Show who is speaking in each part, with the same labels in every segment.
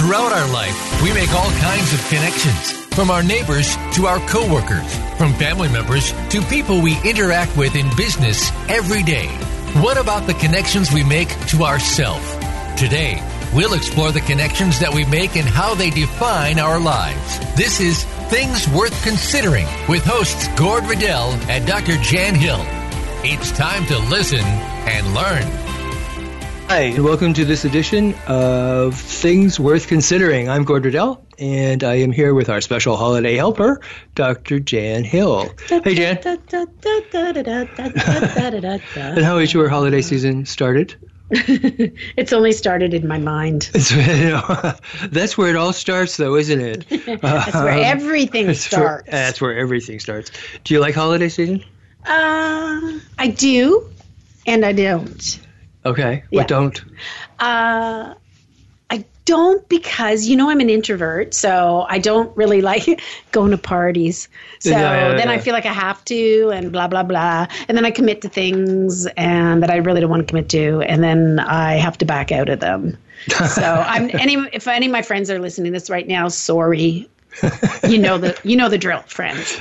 Speaker 1: Throughout our life, we make all kinds of connections from our neighbors to our coworkers, from family members to people we interact with in business every day. What about the connections we make to ourselves? Today, we'll explore the connections that we make and how they define our lives. This is Things Worth Considering with hosts Gord Riddell and Dr. Jan Hill. It's time to listen and learn.
Speaker 2: Hi, and welcome to this edition of Things Worth Considering. I'm Gord Riddell, and I am here with our special holiday helper, Dr. Jan Hill. Hey, Jan. And
Speaker 3: Jan.
Speaker 2: how is your holiday season started?
Speaker 3: it's only started in my mind.
Speaker 2: It's, you know, that's where it all starts, though, isn't it?
Speaker 3: That's where everything
Speaker 2: It's where-
Speaker 3: starts.
Speaker 2: that's where everything starts. Do you like holiday season?
Speaker 3: Uh, I do, and I don't.
Speaker 2: Okay.
Speaker 3: Yeah.
Speaker 2: What don't?
Speaker 3: Uh, I don't because you know I'm an introvert, so I don't really like going to parties. So
Speaker 2: Yeah, yeah,
Speaker 3: then
Speaker 2: yeah.
Speaker 3: I feel like I have to, and blah blah blah, and then I commit to things and that I really don't want to commit to, and then I have to back out of them. So I'm any if any of my friends are listening to this right now, sorry. you know the you know the drill, friends,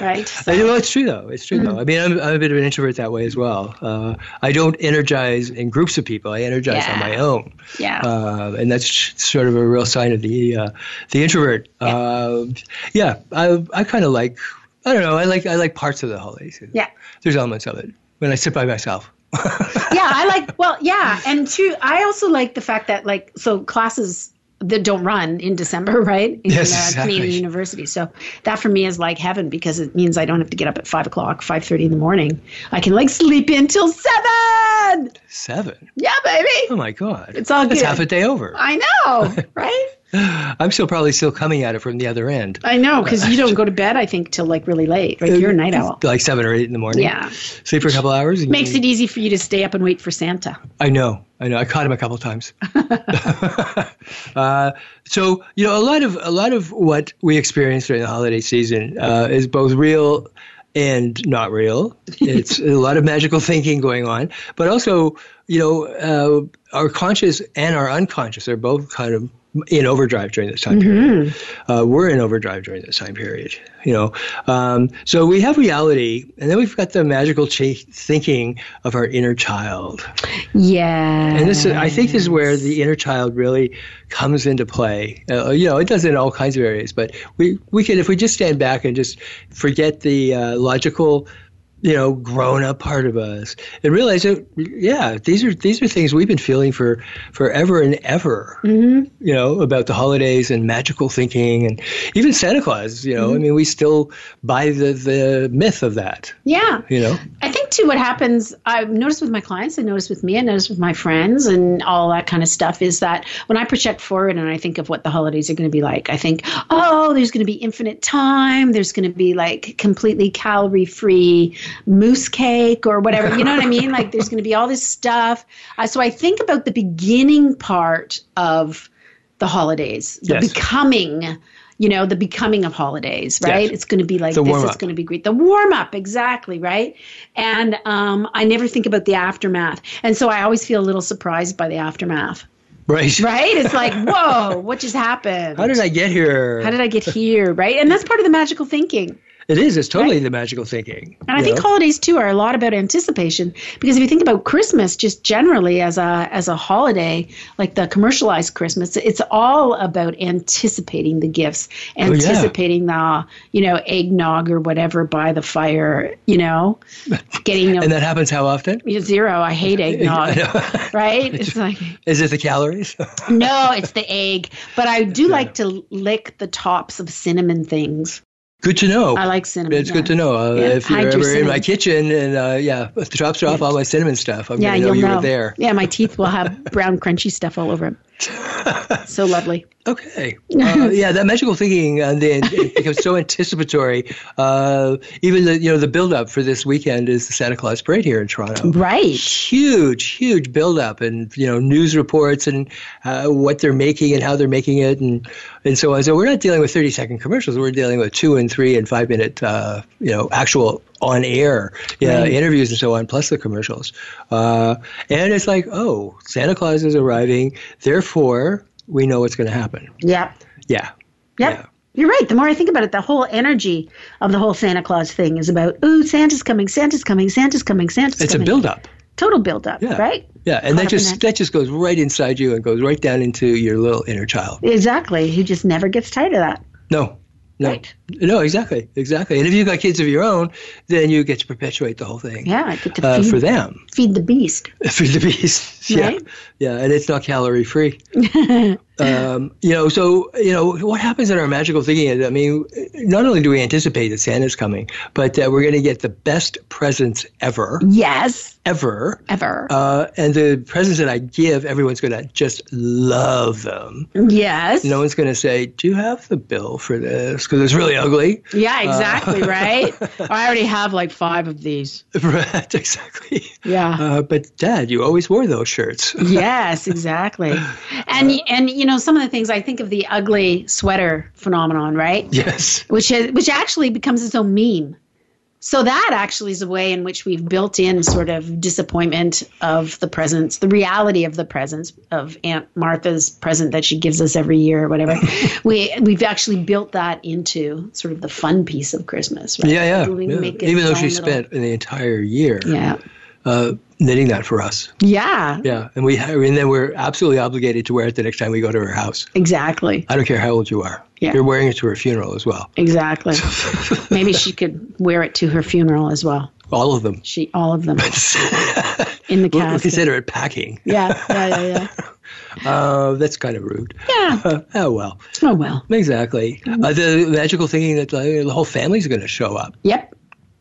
Speaker 3: right?
Speaker 2: I know it's true though. It's true though. I mean, I'm, I'm a bit of an introvert that way as well. Uh, I don't energize in groups of people. I energize on
Speaker 3: Yeah.
Speaker 2: my own.
Speaker 3: Yeah.
Speaker 2: Uh, and that's sh- sort of a real sign of the uh, the introvert. Yeah. Uh, yeah. I I kind of like. I don't know. I like I like parts of the holiday season.
Speaker 3: Yeah.
Speaker 2: There's elements of it when I sit by myself.
Speaker 3: yeah, I like. Well, yeah, and two, I also like the fact that like so classes that don't run in December, right? In
Speaker 2: Yes,
Speaker 3: uh,
Speaker 2: exactly.
Speaker 3: Canadian university. So that for me is like heaven because it means I don't have to get up at five o'clock, five thirty in the morning. I can like sleep in till seven.
Speaker 2: Seven.
Speaker 3: Yeah,
Speaker 2: Oh
Speaker 3: baby.
Speaker 2: my God.
Speaker 3: It's all
Speaker 2: That's
Speaker 3: good. Uh,
Speaker 2: half a day over.
Speaker 3: I know, right?
Speaker 2: I'm still probably still coming at it from the other end.
Speaker 3: I know because you don't go to bed. I think till like really late. Like you're a night owl.
Speaker 2: Like seven or eight in the morning.
Speaker 3: Yeah.
Speaker 2: Sleep for a couple hours. and-
Speaker 3: Makes it easy for you to stay up and wait for Santa.
Speaker 2: I know, I know. I caught him a couple times. uh, so you know, a lot of a lot of what we experience during the holiday season uh, is both real and not real. It's a lot of magical thinking going on, but also you know, uh, our conscious and our unconscious are both kind of in overdrive during this time period. Uh, we're in overdrive during this time period, you know. Um, so we have reality, and then we've got the magical ch- thinking of our inner child.
Speaker 3: Yeah.
Speaker 2: And this is, I think, this is where the inner child really comes into play. Uh, you know, it does it in all kinds of areas, but we we can if we just stand back and just forget the uh, logical, you know, grown up part of us and realize that yeah, these are these are things we've been feeling for forever and ever.
Speaker 3: Mm-hmm.
Speaker 2: You know, about the holidays and magical thinking and even Santa Claus. You know,
Speaker 3: Mm-hmm.
Speaker 2: I mean, we still buy the the myth of that.
Speaker 3: yeah.
Speaker 2: You know,
Speaker 3: I think too what happens I've noticed with my clients, I noticed with me, I noticed with my friends and all that kind of stuff is that when I project forward and I think of what the holidays are gonna be like, I think, oh, there's gonna be infinite time, there's gonna be like completely calorie free moose cake or whatever. You know what I mean? Like there's gonna be all this stuff. Uh, so I think about the beginning part of the holidays, the
Speaker 2: Yes.
Speaker 3: becoming you know the becoming of holidays right it's going to be like
Speaker 2: The
Speaker 3: this
Speaker 2: warm-up.
Speaker 3: is going to be great the warm up exactly right and um, i never think about the aftermath and so i always feel a little surprised by the aftermath
Speaker 2: right?
Speaker 3: right it's like whoa what just happened
Speaker 2: How did I get here?
Speaker 3: How did I get here right and that's part of the magical thinking
Speaker 2: It is. It's totally the magical thinking.
Speaker 3: and I
Speaker 2: you
Speaker 3: think
Speaker 2: know?
Speaker 3: holidays too are a lot about anticipation because if you think about Christmas just generally as a as a holiday, like the commercialized Christmas, it's all about anticipating the gifts,
Speaker 2: Oh, yeah.
Speaker 3: anticipating the you know eggnog or whatever by the fire, you know, getting
Speaker 2: And
Speaker 3: a,
Speaker 2: that happens how often?
Speaker 3: zero. I hate eggnog. Right? It's like
Speaker 2: Is it the calories?
Speaker 3: no, it's the egg. But I do like to lick the tops of cinnamon things.
Speaker 2: good to know.
Speaker 3: I like cinnamon.
Speaker 2: it's good to
Speaker 3: yeah.
Speaker 2: know. Uh,
Speaker 3: Yeah,
Speaker 2: If you're
Speaker 3: hide
Speaker 2: ever
Speaker 3: your
Speaker 2: in my
Speaker 3: cinnamon.
Speaker 2: kitchen and uh, yeah, the chops are off all my cinnamon stuff, I'm
Speaker 3: Yeah,
Speaker 2: gonna know
Speaker 3: you'll
Speaker 2: you
Speaker 3: know.
Speaker 2: were there.
Speaker 3: Yeah, my teeth will have brown crunchy stuff all over them. so lovely.
Speaker 2: Okay. Uh, yeah, that magical thinking and then it becomes so anticipatory. Uh, even the you know the build up for this weekend is the Santa Claus parade here in Toronto.
Speaker 3: Right.
Speaker 2: huge, huge buildup, and you know news reports and uh, what they're making and how they're making it, and and so on. So we're not dealing with thirty second commercials. We're dealing with two and three and five minute, uh, you know, actual on air yeah, interviews and so on, plus the commercials. Uh, and it's like, oh, Santa Claus is arriving, therefore. we know what's going to happen.
Speaker 3: Yep.
Speaker 2: Yeah.
Speaker 3: Yep.
Speaker 2: Yeah.
Speaker 3: You're right. The more I think about it, the whole energy of the whole Santa Claus thing is about, ooh, Santa's coming, Santa's coming, Santa's coming, Santa's
Speaker 2: It's a
Speaker 3: coming.
Speaker 2: buildup.
Speaker 3: Total buildup,
Speaker 2: Yeah.
Speaker 3: right?
Speaker 2: Yeah, and that
Speaker 3: Caught up in
Speaker 2: just that just goes right inside you and goes right down into your little inner child.
Speaker 3: Exactly. He just never gets tired of that.
Speaker 2: No. No.
Speaker 3: Right.
Speaker 2: No, exactly. Exactly. And if you've got kids of your own, then you get to perpetuate the whole thing.
Speaker 3: Yeah, I get to
Speaker 2: Uh,
Speaker 3: feed,
Speaker 2: for them,
Speaker 3: feed the beast.
Speaker 2: for the beast. yeah,
Speaker 3: Right.
Speaker 2: yeah, and it's not calorie free. um, you know, so you know what happens in our magical thinking. is, I mean, not only do we anticipate that Santa's coming, but that we're going to get the best presents ever,
Speaker 3: Yes,
Speaker 2: ever.
Speaker 3: ever.
Speaker 2: Uh, and the presents that I give, everyone's going to just love them.
Speaker 3: yes.
Speaker 2: No one's going to say, "Do you have the bill for this?" Because it's really ugly.
Speaker 3: Yeah,
Speaker 2: uh,
Speaker 3: exactly, right? I already have like five of these.
Speaker 2: right? Exactly.
Speaker 3: Yeah.
Speaker 2: Uh, but Dad, you always wore those shirts.
Speaker 3: yes, exactly. And y and you know some of the things I think of the ugly sweater phenomenon, right?
Speaker 2: yes.
Speaker 3: Which is, which actually becomes its own meme. So that actually is a way in which we've built in sort of disappointment of the presence, the reality of the presence of Aunt Martha's present that she gives us every year or whatever. we we've actually built that into sort of the fun piece of Christmas, right?
Speaker 2: Yeah, yeah.
Speaker 3: We
Speaker 2: yeah.
Speaker 3: make it
Speaker 2: Even though
Speaker 3: its
Speaker 2: she
Speaker 3: own little-
Speaker 2: spent the entire year
Speaker 3: yeah.
Speaker 2: uh, knitting that for us.
Speaker 3: Yeah,
Speaker 2: Yeah, and we and then we're absolutely obligated to wear it the next time we go to her house.
Speaker 3: exactly.
Speaker 2: I don't care how old you are.
Speaker 3: Yeah.
Speaker 2: You're wearing it to her funeral as well.
Speaker 3: Exactly. Maybe she could wear it to her funeral as well.
Speaker 2: All of them.
Speaker 3: She all of them in the
Speaker 2: We'll we'll
Speaker 3: casket.
Speaker 2: consider it packing.
Speaker 3: Yeah, yeah, yeah, yeah.
Speaker 2: Uh, that's kind of rude.
Speaker 3: Yeah.
Speaker 2: Oh well.
Speaker 3: Oh well.
Speaker 2: Exactly.
Speaker 3: Mm-hmm.
Speaker 2: Uh, the magical thinking that uh, the whole family's going to show up.
Speaker 3: Yep.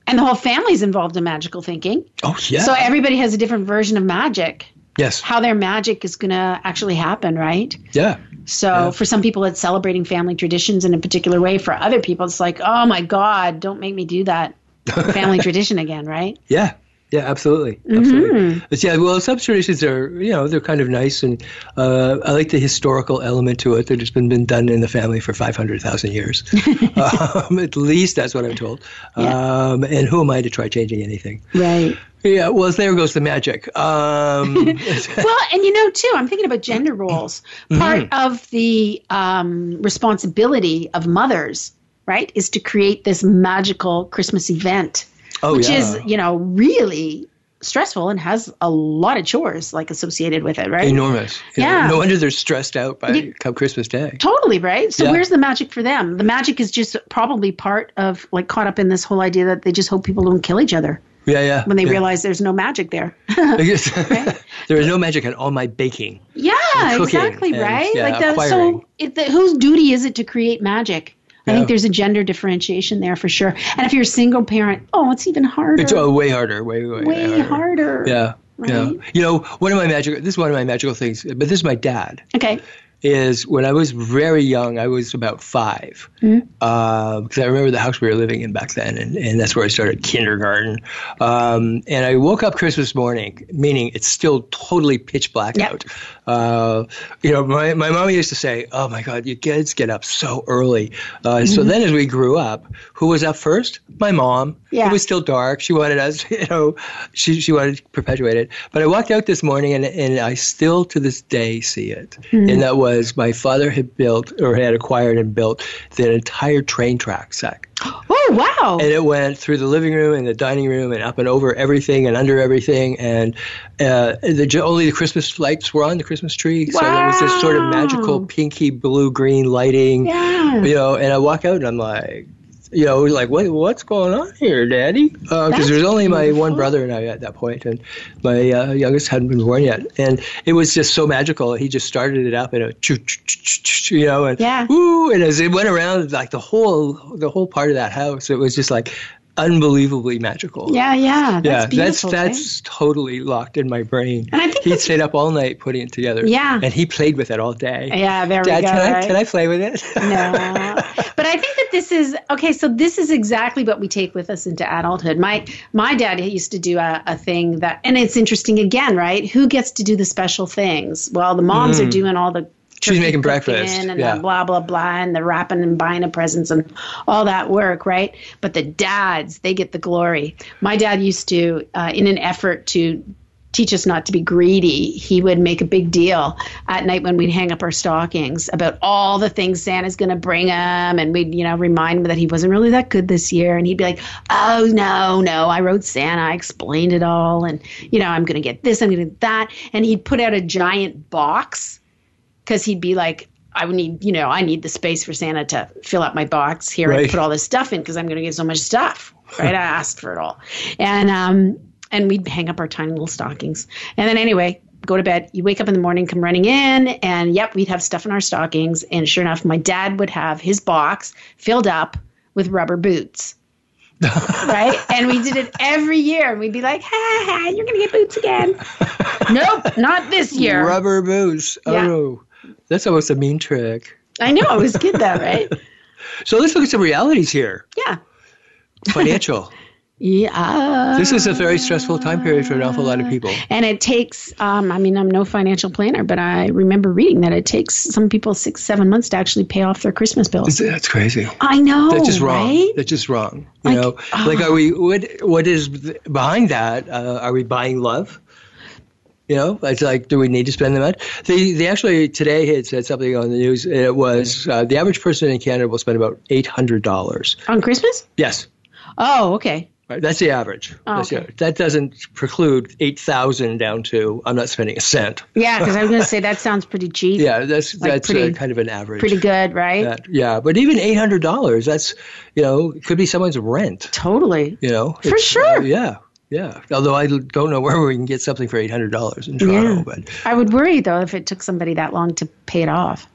Speaker 3: And the whole family's involved in magical thinking.
Speaker 2: Oh yeah.
Speaker 3: So everybody has a different version of magic.
Speaker 2: yes.
Speaker 3: How their magic is going to actually happen, right?
Speaker 2: Yeah.
Speaker 3: So for some people, it's celebrating family traditions in a particular way. For other people, it's like, oh my God, don't make me do that family tradition again, right?
Speaker 2: Yeah. Yeah, absolutely.
Speaker 3: Mm-hmm.
Speaker 2: Absolutely. But yeah, well, sub traditions are, you know, they're kind of nice. And uh, I like the historical element to it that has been, been done in the family for 500,000 years. um, at least that's what I'm told.
Speaker 3: Yeah.
Speaker 2: Um, and who am I to try changing anything?
Speaker 3: Right.
Speaker 2: Yeah, well, there goes the magic. Um,
Speaker 3: well, and you know, too, I'm thinking about gender
Speaker 2: Mm-hmm.
Speaker 3: roles. Part of the um, responsibility of mothers, right, is to create this magical Christmas event,
Speaker 2: oh,
Speaker 3: which
Speaker 2: yeah.
Speaker 3: is, you know, really stressful and has a lot of chores like associated with it, right?
Speaker 2: enormous. You know,
Speaker 3: Yeah.
Speaker 2: No wonder they're stressed out by
Speaker 3: You-
Speaker 2: come Christmas Day.
Speaker 3: Totally right. So
Speaker 2: Yeah.
Speaker 3: where's the magic for them? The magic is just probably part of like caught up in this whole idea that they just hope people don't kill each other
Speaker 2: Yeah, yeah.
Speaker 3: when they
Speaker 2: yeah.
Speaker 3: realize there's no magic there.
Speaker 2: there is no magic in all my baking.
Speaker 3: Yeah,
Speaker 2: cooking
Speaker 3: exactly,
Speaker 2: and,
Speaker 3: right?
Speaker 2: yeah,
Speaker 3: like the,
Speaker 2: acquiring.
Speaker 3: so it, the, whose duty is it to create magic? I
Speaker 2: Yeah.
Speaker 3: think there's a gender differentiation there for sure. And if you're a single parent, oh, it's even harder.
Speaker 2: It's oh, way harder. Way, way,
Speaker 3: way harder.
Speaker 2: Yeah. Yeah.
Speaker 3: Right?
Speaker 2: You know, one of my magical this is one of my magical things, but this is my dad.
Speaker 3: Okay.
Speaker 2: Is when I was very young, I was about 5
Speaker 3: Hmm?
Speaker 2: because I remember the house we were living in back then, and, and that's where I started kindergarten. Um, and I woke up Christmas morning, meaning it's still totally pitch black
Speaker 3: Yep.
Speaker 2: out. Uh, you know, my, my mom used to say, Oh my God, you kids get up so early. Uh, So then as we grew up, who was up first? My mom. It
Speaker 3: Yeah.
Speaker 2: was still dark. She wanted us, you know, she, she wanted to perpetuate it. But I walked out this morning and, and I still to this day see it. And that was my father had built or had acquired and built the entire train track set.
Speaker 3: Oh, wow.
Speaker 2: And it went through the living room and the dining room and up and over everything and under everything. And uh, the, ju- only the Christmas lights were on the Christmas tree. So there was this sort of magical
Speaker 3: Wow.
Speaker 2: pinky blue green lighting
Speaker 3: yeah.
Speaker 2: you know, and I walk out and I'm like, you know, like what what's going on here, Daddy? Because
Speaker 3: That's
Speaker 2: there's only my one
Speaker 3: beautiful.
Speaker 2: brother and I at that point, and my uh, youngest hadn't been born yet, and it was just so magical. He just started it up and it, choo, choo, choo, choo, choo, you know, and
Speaker 3: Yeah.
Speaker 2: woo, and as it went around, like the whole the whole part of that house, it was just like unbelievably magical.
Speaker 3: Yeah, yeah. That's
Speaker 2: Yeah, that's
Speaker 3: beautiful. right?
Speaker 2: that's totally locked in my brain.
Speaker 3: And I think
Speaker 2: he
Speaker 3: that's-
Speaker 2: stayed up all night putting it together.
Speaker 3: Yeah.
Speaker 2: and he played with it all day.
Speaker 3: Yeah, there we
Speaker 2: Dad,
Speaker 3: go,
Speaker 2: can I
Speaker 3: right?
Speaker 2: can I play with it?
Speaker 3: no. But I think that this is okay. So this is exactly what we take with us into adulthood. My my dad used to do a, a thing that, and it's interesting again, right? Who gets to do the special things? Well, the moms
Speaker 2: Mm.
Speaker 3: are doing all the
Speaker 2: She's
Speaker 3: turkey
Speaker 2: making
Speaker 3: cooking
Speaker 2: breakfast,
Speaker 3: and
Speaker 2: yeah.
Speaker 3: the blah blah blah and the wrapping and buying of presents and all that work, right? But the dads they get the glory. My dad used to, uh, in an effort to teach us not to be greedy, he would make a big deal at night when we'd hang up our stockings about all the things Santa's going to bring him. And we'd, you know, remind him that he wasn't really that good this year. And he'd be like, oh, no, no, I wrote Santa. I explained it all. And, you know, I'm going to get this, I'm going to get that. And he'd put out a giant box because he'd be like, I would need, you know, I need the space for Santa to fill up my box here and
Speaker 2: Right.
Speaker 3: put all this stuff in because I'm going to get so much stuff. Right? I asked for it all, and um, and we'd hang up our tiny little stockings, and then anyway, go to bed. You wake up in the morning, come running in, and yep, we'd have stuff in our stockings, and sure enough, my dad would have his box filled up with rubber boots. right? And we did it every year. And we'd be like, ha, ha, you're going to get boots again. nope, not this year.
Speaker 2: Rubber boots.
Speaker 3: Yeah.
Speaker 2: Oh, that's almost a mean trick.
Speaker 3: I know, I was a kid though, right?
Speaker 2: So let's look at some realities here.
Speaker 3: Yeah.
Speaker 2: Financial.
Speaker 3: Yeah.
Speaker 2: this is a very stressful time period for an awful lot of people.
Speaker 3: and it takes, um, I mean, I'm no financial planner, but I remember reading that it takes some people six, seven months to actually pay off their Christmas bills.
Speaker 2: That's crazy.
Speaker 3: I know.
Speaker 2: That's just wrong.
Speaker 3: Oh, Right?
Speaker 2: That's just wrong. You know, like, are we? What? What is th- behind that? Uh, are we buying love? You know, it's like, do we need to spend the money? They, they actually today had said something on the news. and It was uh, the average person in Canada will spend about eight hundred dollars.
Speaker 3: On Christmas?
Speaker 2: Yes,
Speaker 3: Oh, okay.
Speaker 2: right. That's the average. That's the
Speaker 3: Oh, okay.
Speaker 2: average. That doesn't preclude eight thousand down to I'm not spending a cent.
Speaker 3: Yeah, because I was going to say that sounds pretty cheap.
Speaker 2: Yeah, that's that's uh
Speaker 3: pretty-
Speaker 2: kind of an average.
Speaker 3: Pretty good, right?
Speaker 2: That- yeah, but even eight hundred dollars. That's you know it could be someone's rent.
Speaker 3: Totally.
Speaker 2: you know for
Speaker 3: sure.
Speaker 2: yeah yeah although i don't know where we can get something for $800 in toronto
Speaker 3: Yeah.
Speaker 2: but
Speaker 3: I would worry, though, if it took somebody that long to pay it off.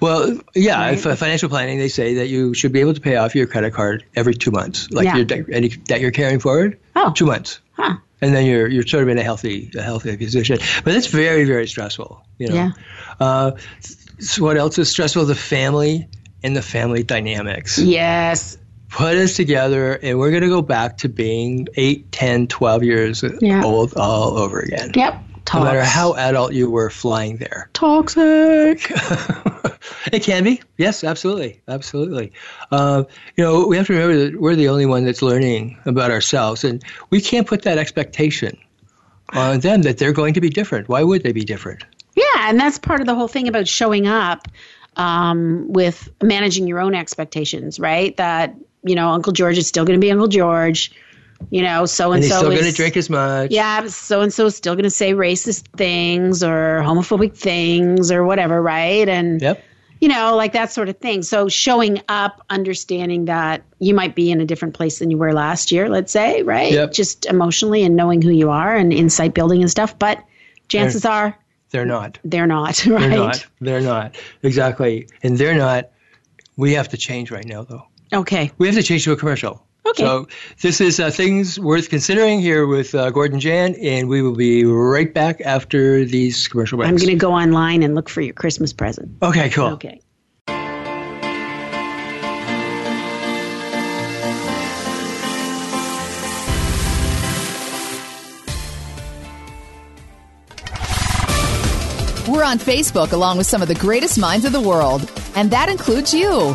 Speaker 2: well yeah fi- financial planning they say that you should be able to pay off your credit card every two months like
Speaker 3: Yeah.
Speaker 2: your debt, any debt you're carrying forward
Speaker 3: Oh.
Speaker 2: two months
Speaker 3: Huh.
Speaker 2: and then you're you're sort of in a healthy a healthy position but that's very very stressful you know
Speaker 3: Yeah.
Speaker 2: uh, so what else is stressful the family and the family dynamics
Speaker 3: Yes.
Speaker 2: put us together and we're going to go back to being 8 10 12 years
Speaker 3: Yeah.
Speaker 2: old all over again
Speaker 3: Yep. Tox.
Speaker 2: no matter how adult you were flying there.
Speaker 3: toxic.
Speaker 2: It can be, yes, absolutely, absolutely. Uh, you know, we have to remember that we're the only one that's learning about ourselves, and we can't put that expectation on them that they're going to be different. Why would they be different?
Speaker 3: Yeah, and that's part of the whole thing about showing up um, with managing your own expectations, right? That you know, Uncle George is still going to be Uncle George. You know, so and
Speaker 2: And he's
Speaker 3: so
Speaker 2: still going to
Speaker 3: is-
Speaker 2: drink as much.
Speaker 3: Yeah, so and so is still going to say racist things or homophobic things or whatever, right? And
Speaker 2: Yep.
Speaker 3: you know, like that sort of thing. So showing up, understanding that you might be in a different place than you were last year, let's say, right?
Speaker 2: Yep.
Speaker 3: Just emotionally and knowing who you are and insight building and stuff. But chances are
Speaker 2: They're not.
Speaker 3: they're not, right?
Speaker 2: They're not. They're not. Exactly. And they're not. We have to change right now, though.
Speaker 3: Okay.
Speaker 2: We have to change to a commercial.
Speaker 3: Okay.
Speaker 2: So this is uh, things worth considering here with uh, Gordon Jan, and we will be right back after these commercial breaks.
Speaker 3: I'm going to go online and look for your Christmas present.
Speaker 2: Okay, cool.
Speaker 3: Okay.
Speaker 4: We're on Facebook along with some of the greatest minds of the world, and that includes you.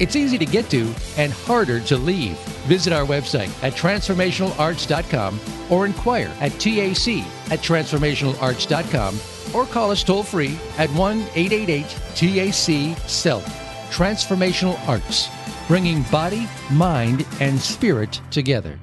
Speaker 1: It's easy to get to and harder to leave. Visit our website at transformationalarts.com or inquire at TAC at transformationalarts.com or call us toll free at 1 888 TAC SELF. Transformational Arts, bringing body, mind, and spirit together.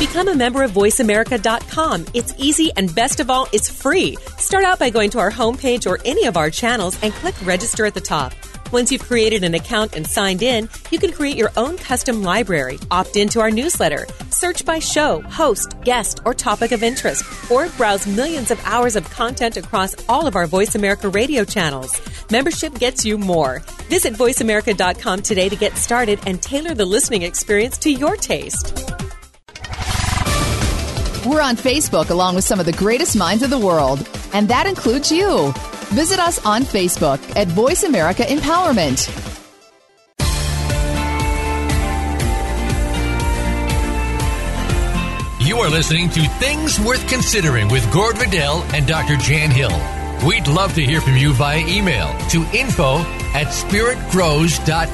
Speaker 5: Become a member of VoiceAmerica.com. It's easy and best of all, it's free. Start out by going to our homepage or any of our channels and click register at the top. Once you've created an account and signed in, you can create your own custom library, opt into our newsletter, search by show, host, guest, or topic of interest, or browse millions of hours of content across all of our Voice America radio channels. Membership gets you more. Visit voiceamerica.com today to get started and tailor the listening experience to your taste.
Speaker 4: We're on Facebook along with some of the greatest minds of the world, and that includes you. Visit us on Facebook at Voice America Empowerment.
Speaker 1: You are listening to Things Worth Considering with Gord Vidal and Dr. Jan Hill. We'd love to hear from you via email to info at spiritgrows.ca.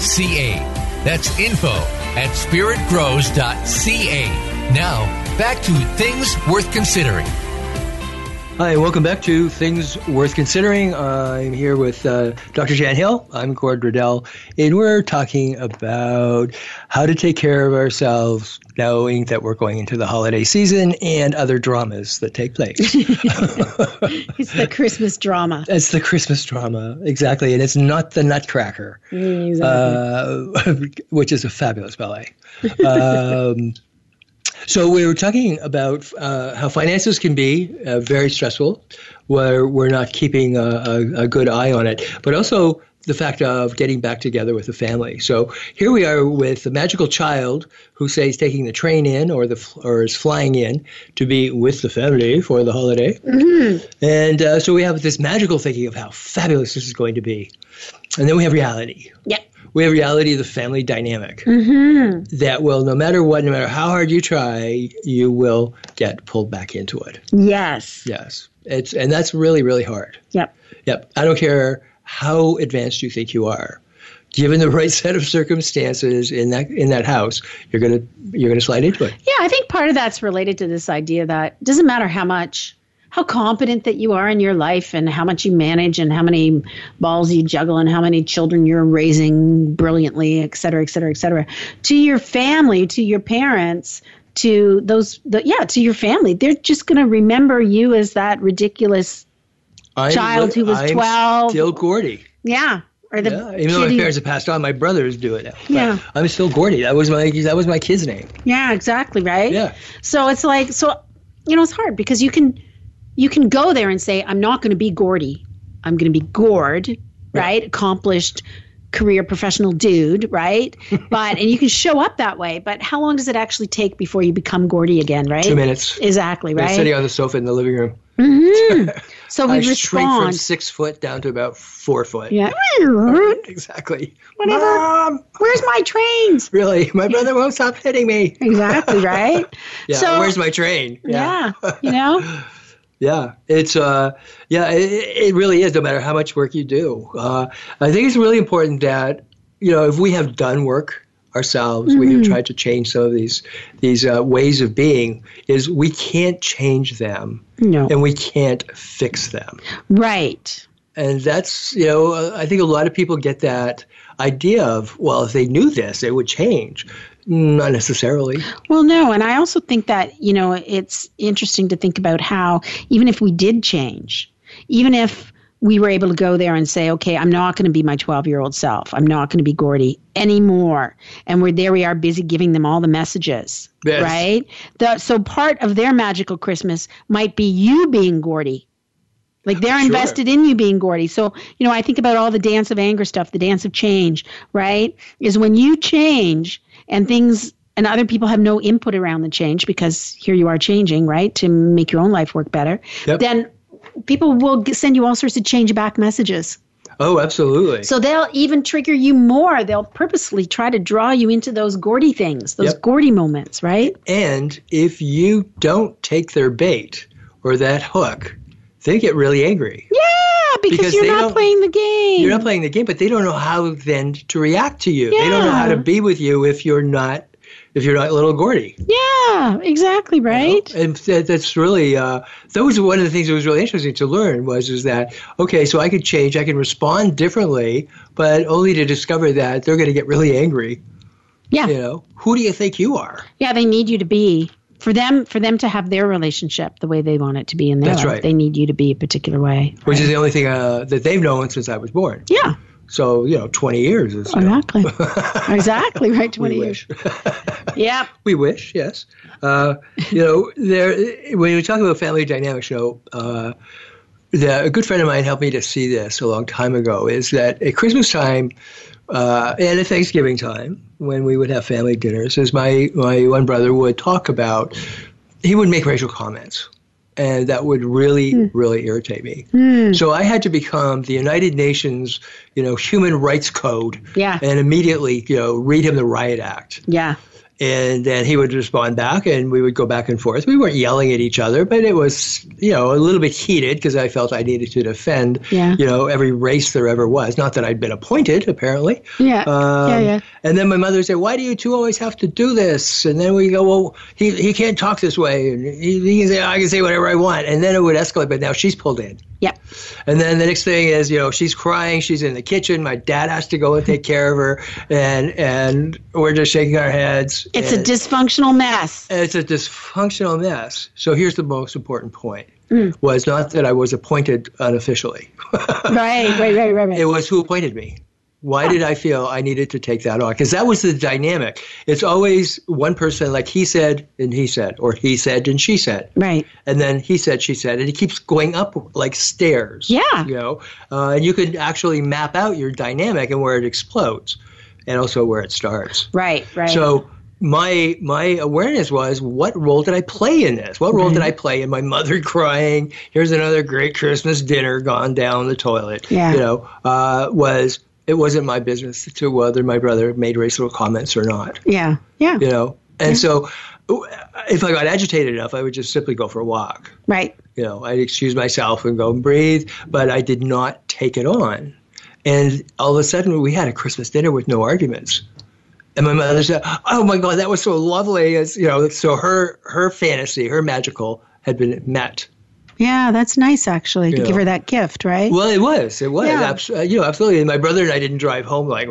Speaker 1: That's info at spiritgrows.ca. Now, back to Things Worth Considering.
Speaker 2: Hi, welcome back to Things Worth Considering. I'm here with uh, Dr. Jan Hill. I'm Gord Riddell, and we're talking about how to take care of ourselves knowing that we're going into the holiday season and other dramas that take place.
Speaker 3: it's the Christmas drama.
Speaker 2: it's the Christmas drama, exactly, and it's not the Nutcracker, uh, which is a fabulous ballet. Um, So we were talking about uh, how finances can be uh, very stressful, where we're not keeping a, a, a good eye on it, but also the fact of getting back together with the family. So here we are with the magical child who says taking the train in or the f- or is flying in to be with the family for the holiday, and uh, so we have this magical thinking of how fabulous this is going to be, and then we have reality
Speaker 3: Yep.
Speaker 2: we have reality of the family dynamic
Speaker 3: Mm-hmm.
Speaker 2: that will no matter what no matter how hard you try you will get pulled back into it
Speaker 3: Yes.
Speaker 2: yes it's and that's really really hard
Speaker 3: Yep.
Speaker 2: yep i don't care how advanced you think you are given the right set of circumstances in that in that house you're gonna you're gonna slide into it
Speaker 3: Yeah, I think part of that's related to this idea that it doesn't matter how much how competent that you are in your life and how much you manage and how many balls you juggle and how many children you're raising brilliantly, et cetera, et cetera, et cetera. To your family, to your parents, to those the, yeah, to your family. They're just gonna remember you as that ridiculous
Speaker 2: I'm,
Speaker 3: Child who was
Speaker 2: I'm
Speaker 3: 12.
Speaker 2: still gordy
Speaker 3: yeah. Or the
Speaker 2: yeah, Uh, even though my
Speaker 3: shitty-
Speaker 2: parents have passed on my brothers do it now But
Speaker 3: Yeah.
Speaker 2: i'm still gordy that was my that was my kid's name
Speaker 3: Yeah, exactly, right?
Speaker 2: Yeah.
Speaker 3: So it's like so you know, it's hard because you can you can go there and say, I'm not gonna be Gordy. I'm gonna be Gord, right? Accomplished career professional dude, right? but and you can show up that way, but how long does it actually take before you become Gordy again, right?
Speaker 2: two minutes
Speaker 3: Exactly,
Speaker 2: They're sitting
Speaker 3: right?
Speaker 2: on the sofa in the living room
Speaker 3: So we
Speaker 2: I shrink from
Speaker 3: respond.
Speaker 2: six foot down to about four foot.
Speaker 3: yeah.
Speaker 2: Exactly.
Speaker 3: Whatever.
Speaker 2: Mom,
Speaker 3: Where's my trains?
Speaker 2: really, my brother won't stop hitting me.
Speaker 3: Exactly, right?
Speaker 2: Yeah,
Speaker 3: So-
Speaker 2: where's my train?
Speaker 3: yeah. You know?
Speaker 2: Yeah, it's uh, yeah, it, it really is. No matter how much work you do, uh, I think it's really important that you know if we have done work ourselves, we have tried to change some of these these uh, ways of being. Is we can't change them,
Speaker 3: No.
Speaker 2: and we can't fix them.
Speaker 3: Right.
Speaker 2: And that's, you know, uh, I think a lot of people get that idea of, well, if they knew this, they would change. Not necessarily.
Speaker 3: Well, no, and I also think that, you know, it's interesting to think about how even if we did change, even if we were able to go there and say, okay, I'm not going to be my 12 year old self. I'm not going to be Gordy anymore. And we're there, we are busy giving them all the messages.
Speaker 2: Yes.
Speaker 3: Right? The, so part of their magical Christmas might be you being Gordy. Like they're invested in you being Gordy. So, you know, I think about all the dance of anger stuff, the dance of change, right? Is when you change and things and other people have no input around the change because here you are changing, right? To make your own life work better.
Speaker 2: Yep.
Speaker 3: Then people will g- send you all sorts of change back messages.
Speaker 2: Oh, absolutely.
Speaker 3: So they'll even trigger you more. They'll purposely try to draw you into those Gordy things, those
Speaker 2: Yep.
Speaker 3: Gordy moments, right?
Speaker 2: and if you don't take their bait or that hook, they get really angry.
Speaker 3: Yeah, because,
Speaker 2: Because
Speaker 3: you're
Speaker 2: they
Speaker 3: not
Speaker 2: don't-
Speaker 3: playing the game.
Speaker 2: You're not playing the game, but they don't know how then to react to you. They don't know how
Speaker 3: Yeah.
Speaker 2: to be with you if you're not if you're not little Gordy.
Speaker 3: yeah, exactly, right?
Speaker 2: And that, that's really uh, that was one of the things that was really interesting to learn was is that okay, so I could change, I can respond differently, but only to discover that they're going to get really angry.
Speaker 3: Yeah.
Speaker 2: You know, who do you think you are?
Speaker 3: Yeah, they need you to be for them for them to have their relationship the way they want it to be in their
Speaker 2: That's
Speaker 3: life.
Speaker 2: right.
Speaker 3: They need you to be a particular way.
Speaker 2: Which is the only thing uh, that they've known since I was born.
Speaker 3: Yeah.
Speaker 2: So, you know, 20 years is. you know,
Speaker 3: Exactly. exactly, right? 20
Speaker 2: we
Speaker 3: years.
Speaker 2: wish.
Speaker 3: Yep.
Speaker 2: We wish, yes. Uh, you know, there. When you talk about family dynamics, you know, uh, the, a good friend of mine helped me to see this a long time ago. Is that at Christmas time uh, and at Thanksgiving time, when we would have family dinners, is my my one brother would talk about. He would make racial comments, and that would really, really irritate me. So I had to become the United Nations, you know, human rights code,
Speaker 3: Yeah.
Speaker 2: and immediately, you know, read him the Riot Act
Speaker 3: Yeah.
Speaker 2: and then he would respond back and we would go back and forth we weren't yelling at each other but it was you know a little bit heated because i felt i needed to defend
Speaker 3: Yeah.
Speaker 2: you know every race there ever was not that i'd been appointed apparently
Speaker 3: Yeah. yeah.
Speaker 2: Um,
Speaker 3: Yeah.
Speaker 2: and then my mother said why do you two always have to do this and then we go well he, he can't talk this way and he, he can say i can say whatever i want and then it would escalate but now she's pulled in
Speaker 3: Yep.
Speaker 2: and then the next thing is, you know, she's crying. She's in the kitchen. My dad has to go and take care of her, and and we're just shaking our heads.
Speaker 3: It's
Speaker 2: and,
Speaker 3: a dysfunctional mess.
Speaker 2: it's a dysfunctional mess. So here's the most important point: was not that I was appointed unofficially.
Speaker 3: Right, right, right, right,
Speaker 2: It
Speaker 3: right.
Speaker 2: was who appointed me. Why did I feel I needed to take that on? Because that was the dynamic. It's always one person, like he said and he said, or he said and she said
Speaker 3: Right.
Speaker 2: and then he said, she said, and it keeps going up like stairs.
Speaker 3: Yeah.
Speaker 2: you know, uh, and you could actually map out your dynamic and where it explodes, and also where it starts.
Speaker 3: Right, right.
Speaker 2: So my my awareness was what role did I play in this? What role did I play in my mother crying? Here's another great Christmas dinner gone down the toilet.
Speaker 3: Yeah.
Speaker 2: You know, uh, was it wasn't my business to whether my brother made racial comments or not
Speaker 3: yeah. Yeah.
Speaker 2: you know and so if i got agitated enough i would just simply go for a walk
Speaker 3: Right.
Speaker 2: you know i'd excuse myself and go and breathe but i did not take it on and all of a sudden we had a christmas dinner with no arguments and my mother said oh my god that was so lovely as you know so her her fantasy her magical had been met
Speaker 3: Yeah, that's nice actually to
Speaker 2: Yeah.
Speaker 3: give her that gift, right?
Speaker 2: well it was it was
Speaker 3: Yeah.
Speaker 2: abs- uh, you know absolutely and my brother and i didn't drive home like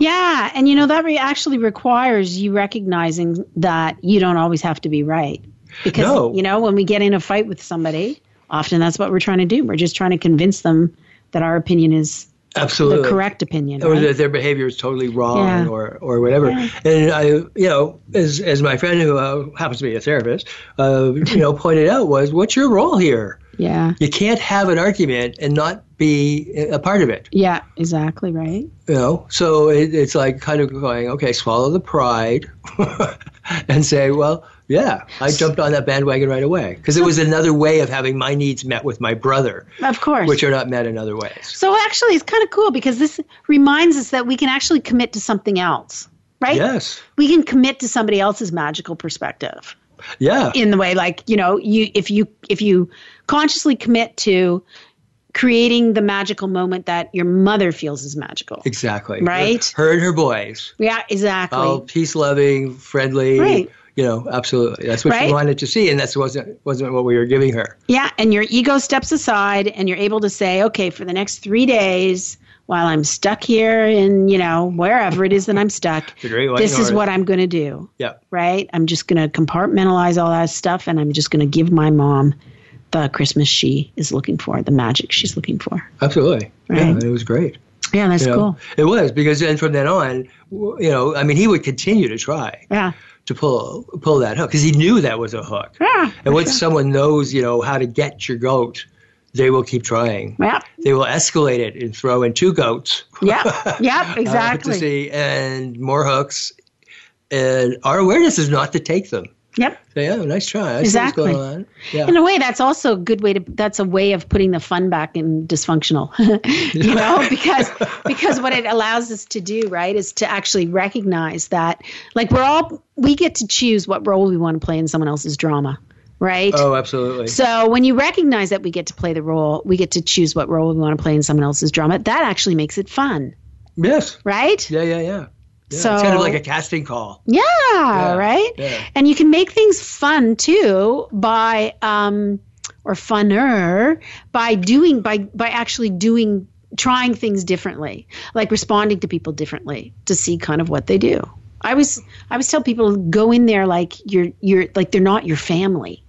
Speaker 3: yeah, and you know that re- actually requires you recognizing that you don't always have to be right. Because
Speaker 2: No.
Speaker 3: you know, when we get in a fight with somebody, often that's what we're trying to do. We're just trying to convince them that our opinion is the
Speaker 2: absolutely
Speaker 3: correct opinion.
Speaker 2: or
Speaker 3: right?
Speaker 2: that their behavior is totally wrong
Speaker 3: Yeah.
Speaker 2: or, or whatever. And I, you know, as, as my friend who uh, happens to be a therapist, uh, you know, pointed out was, what's your role here?
Speaker 3: yeah.
Speaker 2: You can't have an argument and not be a part of it.
Speaker 3: Yeah, exactly, right?
Speaker 2: You know, so it, it's like kind of going, okay, swallow the pride, and say, well, yeah, I jumped on that bandwagon right away because it was another way of having my needs met with my brother,
Speaker 3: Of course.
Speaker 2: which are not met in other ways.
Speaker 3: So actually, it's kind of cool because this reminds us that we can actually commit to something else, right?
Speaker 2: Yes,
Speaker 3: We can commit to somebody else's magical perspective
Speaker 2: yeah,
Speaker 3: in the way, like you know, you if you if you consciously commit to creating the magical moment that your mother feels is magical.
Speaker 2: exactly.
Speaker 3: Right?
Speaker 2: her and her boys.
Speaker 3: Yeah, exactly.
Speaker 2: all peace loving, friendly.
Speaker 3: Right.
Speaker 2: You know, absolutely. That's what
Speaker 3: Right?
Speaker 2: she wanted to see, and that's wasn't wasn't what we were giving her.
Speaker 3: Yeah, and your ego steps aside and you're able to say, okay, for the next three days, while I'm stuck here in, you know, wherever it is that I'm stuck,
Speaker 2: The Great White
Speaker 3: this is
Speaker 2: North.
Speaker 3: what I'm going to do.
Speaker 2: Yeah.
Speaker 3: Right? I'm just going to compartmentalize all that stuff and I'm just going to give my mom the Christmas she is looking for, the magic she's looking for.
Speaker 2: Absolutely. Yeah,
Speaker 3: Right.
Speaker 2: and it was great.
Speaker 3: Yeah, that's
Speaker 2: You know,
Speaker 3: cool.
Speaker 2: It was because then from then on, w- you know, I mean, he would continue to try
Speaker 3: Yeah.
Speaker 2: to pull pull that hook because he knew that was a hook.
Speaker 3: Yeah.
Speaker 2: And once someone knows, you know, how to get your goat, they will keep trying.
Speaker 3: Yeah.
Speaker 2: They will escalate it and throw in two goats.
Speaker 3: Yeah. Yeah.
Speaker 2: uh, to
Speaker 3: Exactly.
Speaker 2: see and more hooks. And our awareness is not to take them.
Speaker 3: yep.
Speaker 2: Say, oh, nice try. I
Speaker 3: Exactly.
Speaker 2: See what's going on. Yeah.
Speaker 3: in a way that's also a good way to that's a way of putting the fun back in dysfunctional you know because because what it allows us to do right is to actually recognize that like we're all we get to choose what role we want to play in someone else's drama right
Speaker 2: Oh, absolutely.
Speaker 3: so when you recognize that we get to play the role we get to choose what role we want to play in someone else's drama that actually makes it fun
Speaker 2: yes.
Speaker 3: right
Speaker 2: Yeah, yeah, yeah. yeah.
Speaker 3: So-
Speaker 2: it's kind of like a casting call.
Speaker 3: Yeah, right.
Speaker 2: yeah.
Speaker 3: And you can make things fun too by um or funner by doing by by actually doing trying things differently, like responding to people differently to see kind of what they do. I always I always tell people go in there like you're you're like they're not your family.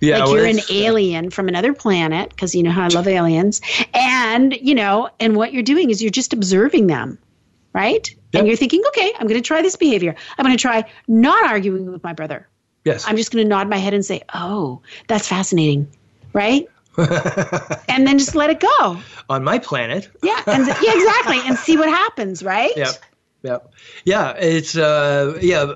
Speaker 2: Yeah,
Speaker 3: like
Speaker 2: well,
Speaker 3: you're an
Speaker 2: that's-
Speaker 3: alien from another planet because you know how I love aliens, and you know, and what you're doing is you're just observing them, right? And
Speaker 2: Yep.
Speaker 3: you're thinking, okay, I'm going to try this behavior. I'm going to try not arguing with my brother.
Speaker 2: Yes.
Speaker 3: I'm just going to nod my head and say, oh, that's fascinating, right? and then just let it go.
Speaker 2: on my planet.
Speaker 3: Yeah, and yeah, exactly, and see what happens, right?
Speaker 2: Yep. Yep. Yeah. It's uh yeah.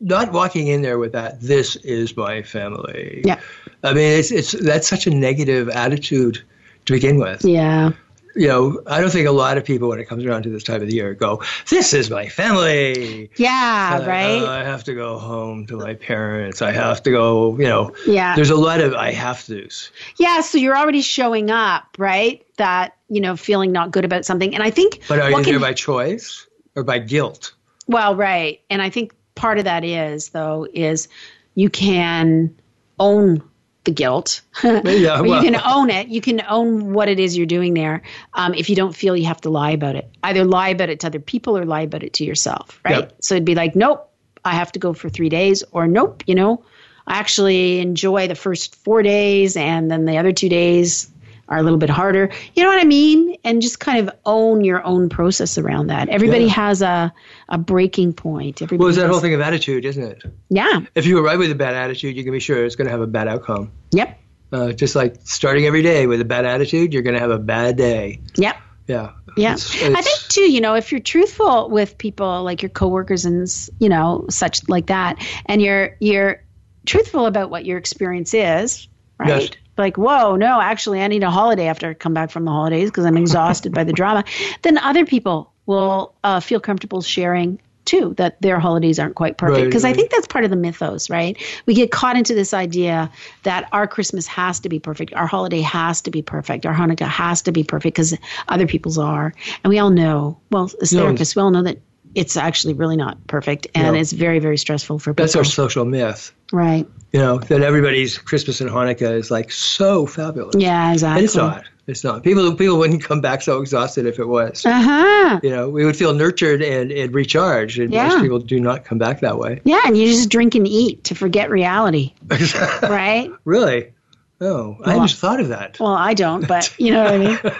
Speaker 2: Not walking in there with that. This is my family.
Speaker 3: Yeah.
Speaker 2: I mean, it's it's that's such a negative attitude to begin with.
Speaker 3: Yeah.
Speaker 2: You know, I don't think a lot of people when it comes around to this time of the year go, "This is my family."
Speaker 3: Yeah, right?
Speaker 2: Uh, I have to go home to my parents. I have to go. You know.
Speaker 3: Yeah.
Speaker 2: There's a lot of I have tos.
Speaker 3: yeah, so you're already showing up, right? That, you know, feeling not good about something. And I think
Speaker 2: But are
Speaker 3: what
Speaker 2: you
Speaker 3: can-
Speaker 2: there by choice or by guilt?
Speaker 3: Well, right. And I think part of that is though is you can own the guilt.
Speaker 2: Yeah,
Speaker 3: Or
Speaker 2: well-
Speaker 3: you can own it. You can own what it is you're doing there. Um, if you don't feel you have to lie about it, either lie about it to other people or lie about it to yourself, right?
Speaker 2: Yeah.
Speaker 3: So it'd be like, nope, I have to go for three days, or nope, you know, I actually enjoy the first four days, and then the other two days are a little bit harder. You know what I mean? And just kind of own your own process around that. Everybody
Speaker 2: Yeah.
Speaker 3: has a a breaking point. Everybody.
Speaker 2: Well, it's that
Speaker 3: has-
Speaker 2: whole thing of attitude, isn't it?
Speaker 3: Yeah.
Speaker 2: If you arrive with a bad attitude, you can be sure it's going to have a bad outcome.
Speaker 3: Yep.
Speaker 2: Uh, just like starting every day with a bad attitude, you're going to have a bad day.
Speaker 3: Yep.
Speaker 2: Yeah.
Speaker 3: Yeah.
Speaker 2: It's-
Speaker 3: I
Speaker 2: it's-
Speaker 3: think too, you know, if you're truthful with people like your coworkers and, s- you know, such like that, and you're you're truthful about what your experience is, right?
Speaker 2: Yes.
Speaker 3: Like, whoa, no, actually I need a holiday after I come back from the holidays because I'm exhausted by the drama, then other people will uh, feel comfortable sharing too that their holidays aren't quite perfect
Speaker 2: Right,
Speaker 3: because I
Speaker 2: right.
Speaker 3: think think that's part of the mythos, right? We get caught into this idea that our Christmas has to be perfect, our holiday has to be perfect, our Hanukkah has to be perfect because other people's are. And we all know, well, as
Speaker 2: No.
Speaker 3: therapists, we all know that it's actually really not perfect
Speaker 2: No.
Speaker 3: and it's very, very stressful for people.
Speaker 2: that's our social myth,
Speaker 3: right.
Speaker 2: you know, that everybody's Christmas and Hanukkah is like so fabulous.
Speaker 3: Yeah, exactly.
Speaker 2: And it's not. It's not. People people wouldn't come back so exhausted if it was.
Speaker 3: Uh huh.
Speaker 2: You know, we would feel nurtured and, and recharged. And
Speaker 3: Yeah.
Speaker 2: most people do not come back that way.
Speaker 3: Yeah, and you just drink and eat to forget reality, right?
Speaker 2: Really? Oh, I hadn't thought of that.
Speaker 3: Well, I don't, but you know what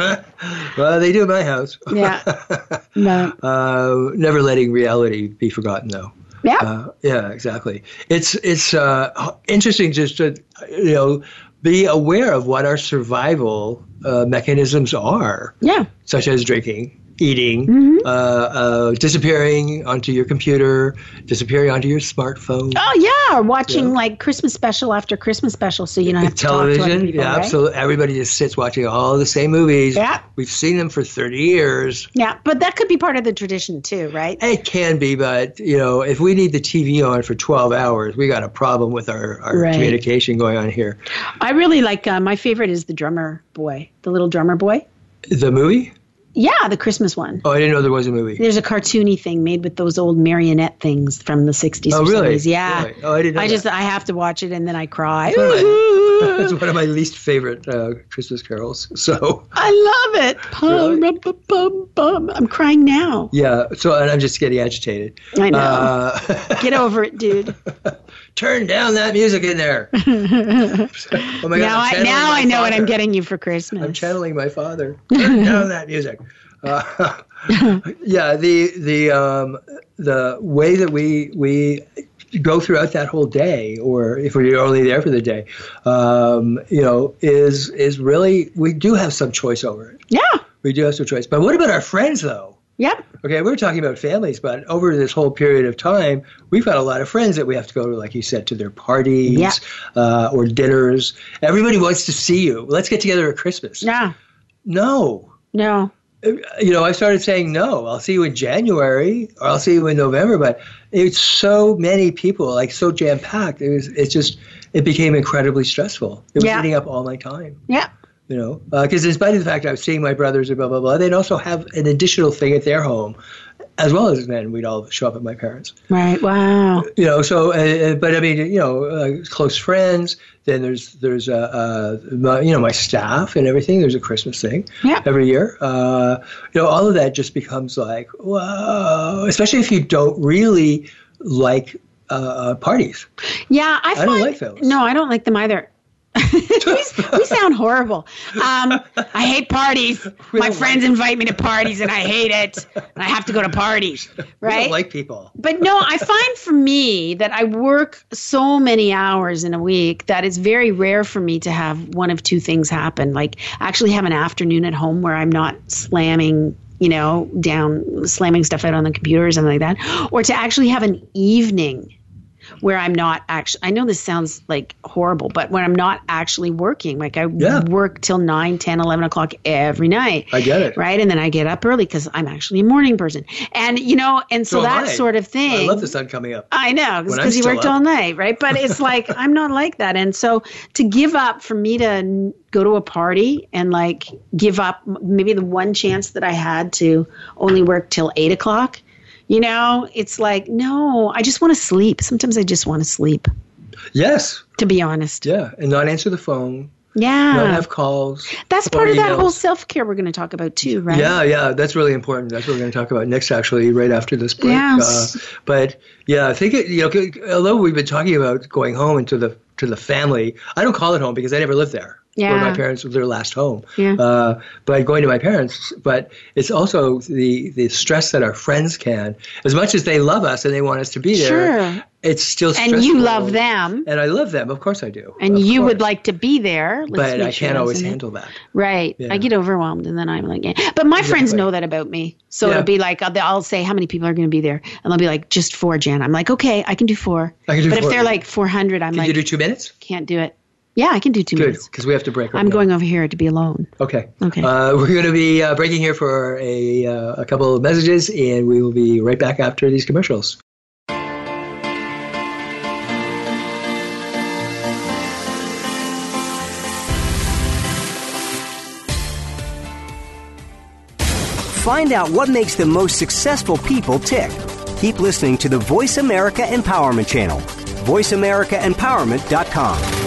Speaker 3: I mean?
Speaker 2: Well, they do at my house.
Speaker 3: Yeah. But,
Speaker 2: Uh, never letting reality be forgotten, though.
Speaker 3: yeah.
Speaker 2: Uh, yeah, exactly. It's it's uh, interesting just to you know be aware of what our survival uh, mechanisms are,
Speaker 3: yeah.
Speaker 2: such as drinking, eating,
Speaker 3: Mm-hmm.
Speaker 2: uh, uh, disappearing onto your computer, disappearing onto your smartphone.
Speaker 3: Oh yeah, or watching like Christmas special after Christmas special, so you don't have to Talk to other
Speaker 2: Television,
Speaker 3: people,
Speaker 2: yeah,
Speaker 3: right?
Speaker 2: absolutely. Everybody just sits watching all the same movies.
Speaker 3: Yeah.
Speaker 2: we've seen them for thirty years.
Speaker 3: Yeah, but that could be part of the tradition too, right?
Speaker 2: It can be, but you know, if we need the TV on for twelve hours, we got a problem with our, our
Speaker 3: Right.
Speaker 2: communication going on here.
Speaker 3: I really like uh, my favorite is the drummer boy, the little drummer boy.
Speaker 2: The movie?
Speaker 3: Yeah, the Christmas one.
Speaker 2: Oh, I didn't know there was a movie.
Speaker 3: There's a cartoony thing made with those old marionette things from the 60s
Speaker 2: Oh,
Speaker 3: or
Speaker 2: really?
Speaker 3: 70s. Yeah.
Speaker 2: Really? Oh, I didn't know
Speaker 3: I
Speaker 2: that.
Speaker 3: just I have to watch it and then I cry.
Speaker 2: It's one of my least favorite uh, Christmas carols. So
Speaker 3: I love it. Bum, bum, bum, bum. I'm crying now.
Speaker 2: yeah, so and I'm just getting agitated.
Speaker 3: I know.
Speaker 2: Uh,
Speaker 3: Get over it, dude.
Speaker 2: turn down that music in there. oh my God!
Speaker 3: now
Speaker 2: I'm
Speaker 3: I
Speaker 2: channeling
Speaker 3: now
Speaker 2: my
Speaker 3: I know what
Speaker 2: father.
Speaker 3: I'm getting you for Christmas.
Speaker 2: I'm channeling my father. Turn down that music. Uh, yeah, the the um, the way that we we go throughout that whole day, or if we're only there for the day, um, you know, is is really we do have some choice over it.
Speaker 3: Yeah.
Speaker 2: We do have some choice. But what about our friends, though?
Speaker 3: Yep.
Speaker 2: Okay, we we're talking about families, but over this whole period of time, we've got a lot of friends that we have to go to, like you said, to their parties
Speaker 3: Yeah.
Speaker 2: uh, or dinners. Everybody wants to see you. Let's get together at Christmas.
Speaker 3: Yeah.
Speaker 2: No.
Speaker 3: No.
Speaker 2: You know, I started saying no. I'll see you in January or I'll see you in November, but it's so many people, like so jam packed. It was, it's just, it became incredibly stressful. It was
Speaker 3: Yeah.
Speaker 2: eating up all my time
Speaker 3: Yeah.
Speaker 2: you know, because in spite of the fact I was seeing my brothers and blah blah blah, they'd also have an additional thing at their home, as well as then we'd all show up at my parents,
Speaker 3: Right. Wow.
Speaker 2: you know. So, uh, uh, but I mean, you know, uh, close friends. Then there's there's uh, uh, my, you know my staff and everything. There's a Christmas thing
Speaker 3: Yeah.
Speaker 2: every year. Uh, you know, all of that just becomes like wow, especially if you don't really like uh, parties.
Speaker 3: Yeah, I,
Speaker 2: don't
Speaker 3: find-
Speaker 2: like those.
Speaker 3: No, I don't like them either. These- we sound horrible. Um, I hate parties. My friends invite me to parties, and I hate it. And I have to go to parties,
Speaker 2: I
Speaker 3: right?
Speaker 2: don't like people.
Speaker 3: but no, I find for me that I work so many hours in a week that it's very rare for me to have one of two things happen. Like actually have an afternoon at home where I'm not slamming, you know, down slamming stuff out on the computer or something like that, or to actually have an evening where I'm not actually. I know this sounds like horrible, but when I'm not actually working, like I
Speaker 2: Yeah.
Speaker 3: work till 9, 10, 11 o'clock every night.
Speaker 2: I get it.
Speaker 3: Right. And then I get up early because I'm actually a morning person. And, you know, and so,
Speaker 2: So am
Speaker 3: that
Speaker 2: I.
Speaker 3: sort of thing.
Speaker 2: I love the sun coming up.
Speaker 3: I know
Speaker 2: When I'm
Speaker 3: because you
Speaker 2: still
Speaker 3: worked
Speaker 2: up.
Speaker 3: all night, right? But it's like I'm not like that, and so to give up for me to n- go to a party and like give up m- maybe the one chance that I had to only work till eight o'clock, you know, it's like no, I just want to sleep. Sometimes I just want to sleep,
Speaker 2: Yes.
Speaker 3: to be honest.
Speaker 2: Yeah. And not answer the phone. Not
Speaker 3: Yeah,
Speaker 2: have calls.
Speaker 3: that's
Speaker 2: or
Speaker 3: part of that
Speaker 2: emails.
Speaker 3: whole self care we're going to talk about too, right?
Speaker 2: Yeah, yeah, that's really important. That's what we're going to talk about next, actually, right after this break.
Speaker 3: Yes.
Speaker 2: Uh, but yeah, I think it, you know, 'cause although we've been talking about going home and to the to the family, I don't call it home because I never lived there. Where
Speaker 3: Yeah.
Speaker 2: my parents was their last home.
Speaker 3: Yeah.
Speaker 2: Uh, but going to my parents, but it's also the the stress that our friends can, as much as they love us and they want us to be there,
Speaker 3: Sure.
Speaker 2: it's still
Speaker 3: And
Speaker 2: stressful.
Speaker 3: you love them,
Speaker 2: And I love them, of course I do.
Speaker 3: and
Speaker 2: of
Speaker 3: you would
Speaker 2: course.
Speaker 3: like to be there, Let's
Speaker 2: but I
Speaker 3: make sure
Speaker 2: can't
Speaker 3: that's
Speaker 2: always
Speaker 3: in there.
Speaker 2: handle that.
Speaker 3: Right. I get overwhelmed and then I'm like, eh. but my friends know that about me. So
Speaker 2: Yeah.
Speaker 3: it'll be like, I'll, I'll say, how many people are going to be there? And they'll be like, just four, Jan. I'm like, okay, I can do four.
Speaker 2: I can do
Speaker 3: but
Speaker 2: four.
Speaker 3: if they're like 400, I'm
Speaker 2: Can
Speaker 3: like,
Speaker 2: you do two minutes?
Speaker 3: can't do it. Yeah, I can do two
Speaker 2: Good,
Speaker 3: minutes.
Speaker 2: because we have to break. right
Speaker 3: I'm
Speaker 2: now.
Speaker 3: going over here to be alone.
Speaker 2: Okay.
Speaker 3: Okay.
Speaker 2: Uh, we're going to be uh, breaking here for a, uh, a couple of messages, and we will be right back after these commercials.
Speaker 6: Find out what makes the most successful people tick. Keep listening to the Voice America Empowerment Channel. VoiceAmericaEmpowerment.com.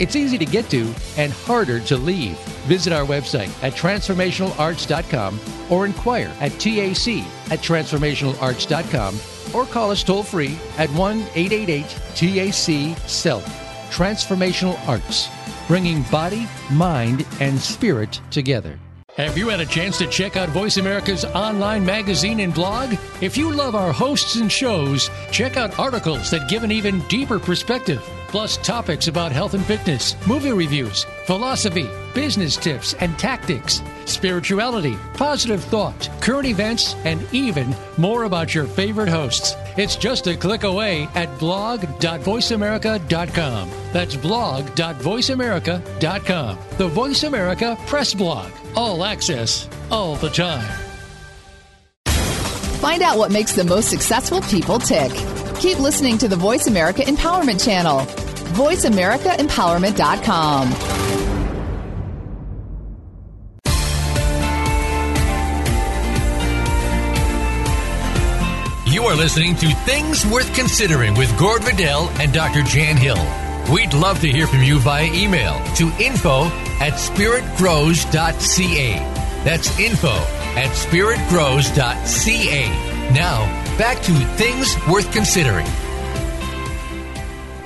Speaker 1: It's easy to get to and harder to leave. Visit our website at transformationalarts.com or inquire at TAC at transformationalarts.com or call us toll free at 1 888 TAC SELF. Transformational Arts, bringing body, mind, and spirit together. Have you had a chance to check out Voice America's online magazine and blog? If you love our hosts and shows, check out articles that give an even deeper perspective, plus topics about health and fitness, movie reviews, philosophy, business tips and tactics, spirituality, positive thought, current events, and even more about your favorite hosts. It's just a click away at blog.voiceamerica.com. That's blog.voiceamerica.com. The Voice America Press Blog. All access, all the time.
Speaker 4: Find out what makes the most successful people tick. Keep listening to the Voice America Empowerment Channel. VoiceAmericaEmpowerment.com.
Speaker 1: You are listening to Things Worth Considering with Gord Vidal and Dr. Jan Hill. We'd love to hear from you via email to info at spiritgrows.ca. That's info at spiritgrows.ca. Now, back to Things Worth Considering.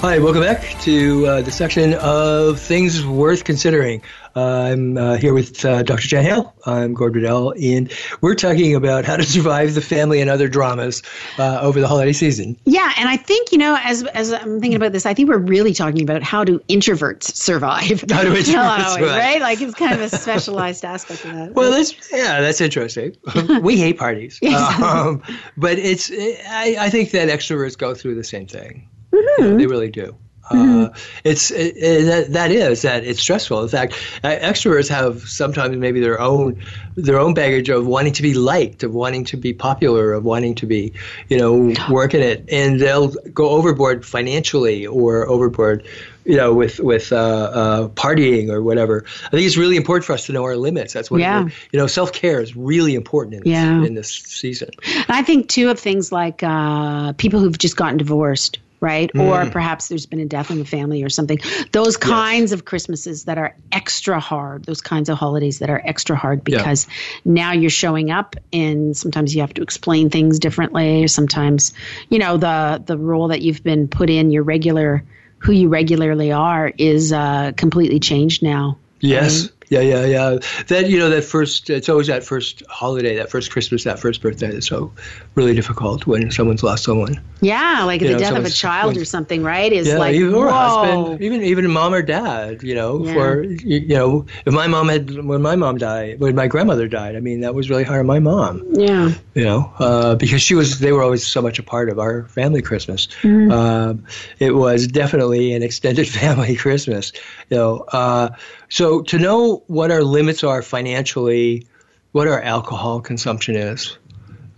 Speaker 2: Hi, welcome back to uh, the section of things worth considering. I'm uh, here with uh, Dr. Jan Hale. I'm Gord Riddell, and we're talking about how to survive the family and other dramas uh, over the holiday season.
Speaker 3: Yeah, and I think you know, as as I'm thinking about this, I think we're really talking about how do introverts survive?
Speaker 2: How do
Speaker 3: In a
Speaker 2: introverts
Speaker 3: lot of ways,
Speaker 2: survive.
Speaker 3: Right? Like it's kind of a specialized aspect of that.
Speaker 2: Well, that's yeah, that's interesting. we hate parties, um, but it's I, I think that extroverts go through the same thing.
Speaker 3: Mm-hmm.
Speaker 2: Yeah, they really do. Uh, it's it, it- that, that is that it's stressful. In fact, uh, extroverts have sometimes maybe their own their own baggage of wanting to be liked, of wanting to be popular, of wanting to be you know working it, and they'll go overboard financially or overboard you know with with uh, uh, partying or whatever. I think it's really important for us to know our limits. That's what
Speaker 3: Yeah.
Speaker 2: you know self care is really important in this,
Speaker 3: Yeah.
Speaker 2: in this season.
Speaker 3: And I think too of things like uh, people who've just gotten divorced, right?
Speaker 2: Mm-hmm.
Speaker 3: Or perhaps there's been a death in the family or something. Those kinds of Christmases that are extra hard, those kinds of holidays that are extra hard because now you're showing up and sometimes you have to explain things differently. Sometimes, you know, the the role that you've been put in, your regular who you regularly are is uh, completely changed now.
Speaker 2: Yes. Yeah, yeah, yeah. That you know, that first it's always that first holiday, that first Christmas, that first birthday that's so really difficult when someone's lost someone.
Speaker 3: Yeah, like the
Speaker 2: know,
Speaker 3: death of a
Speaker 2: someone's-
Speaker 3: child or
Speaker 2: someone's-
Speaker 3: something, right? Is
Speaker 2: Yeah,
Speaker 3: like
Speaker 2: even, or a
Speaker 3: whoa.
Speaker 2: husband, even even mom or dad, you know,
Speaker 3: Yeah.
Speaker 2: for you, you know, if my mom had when my mom died, when my grandmother died, I mean, that was really hard on my mom.
Speaker 3: Yeah.
Speaker 2: you know, uh, because she was, they were always so much a part of our family Christmas. Um, it was definitely an extended family Christmas, you know. Uh, so to know what our limits are financially, what our alcohol consumption is,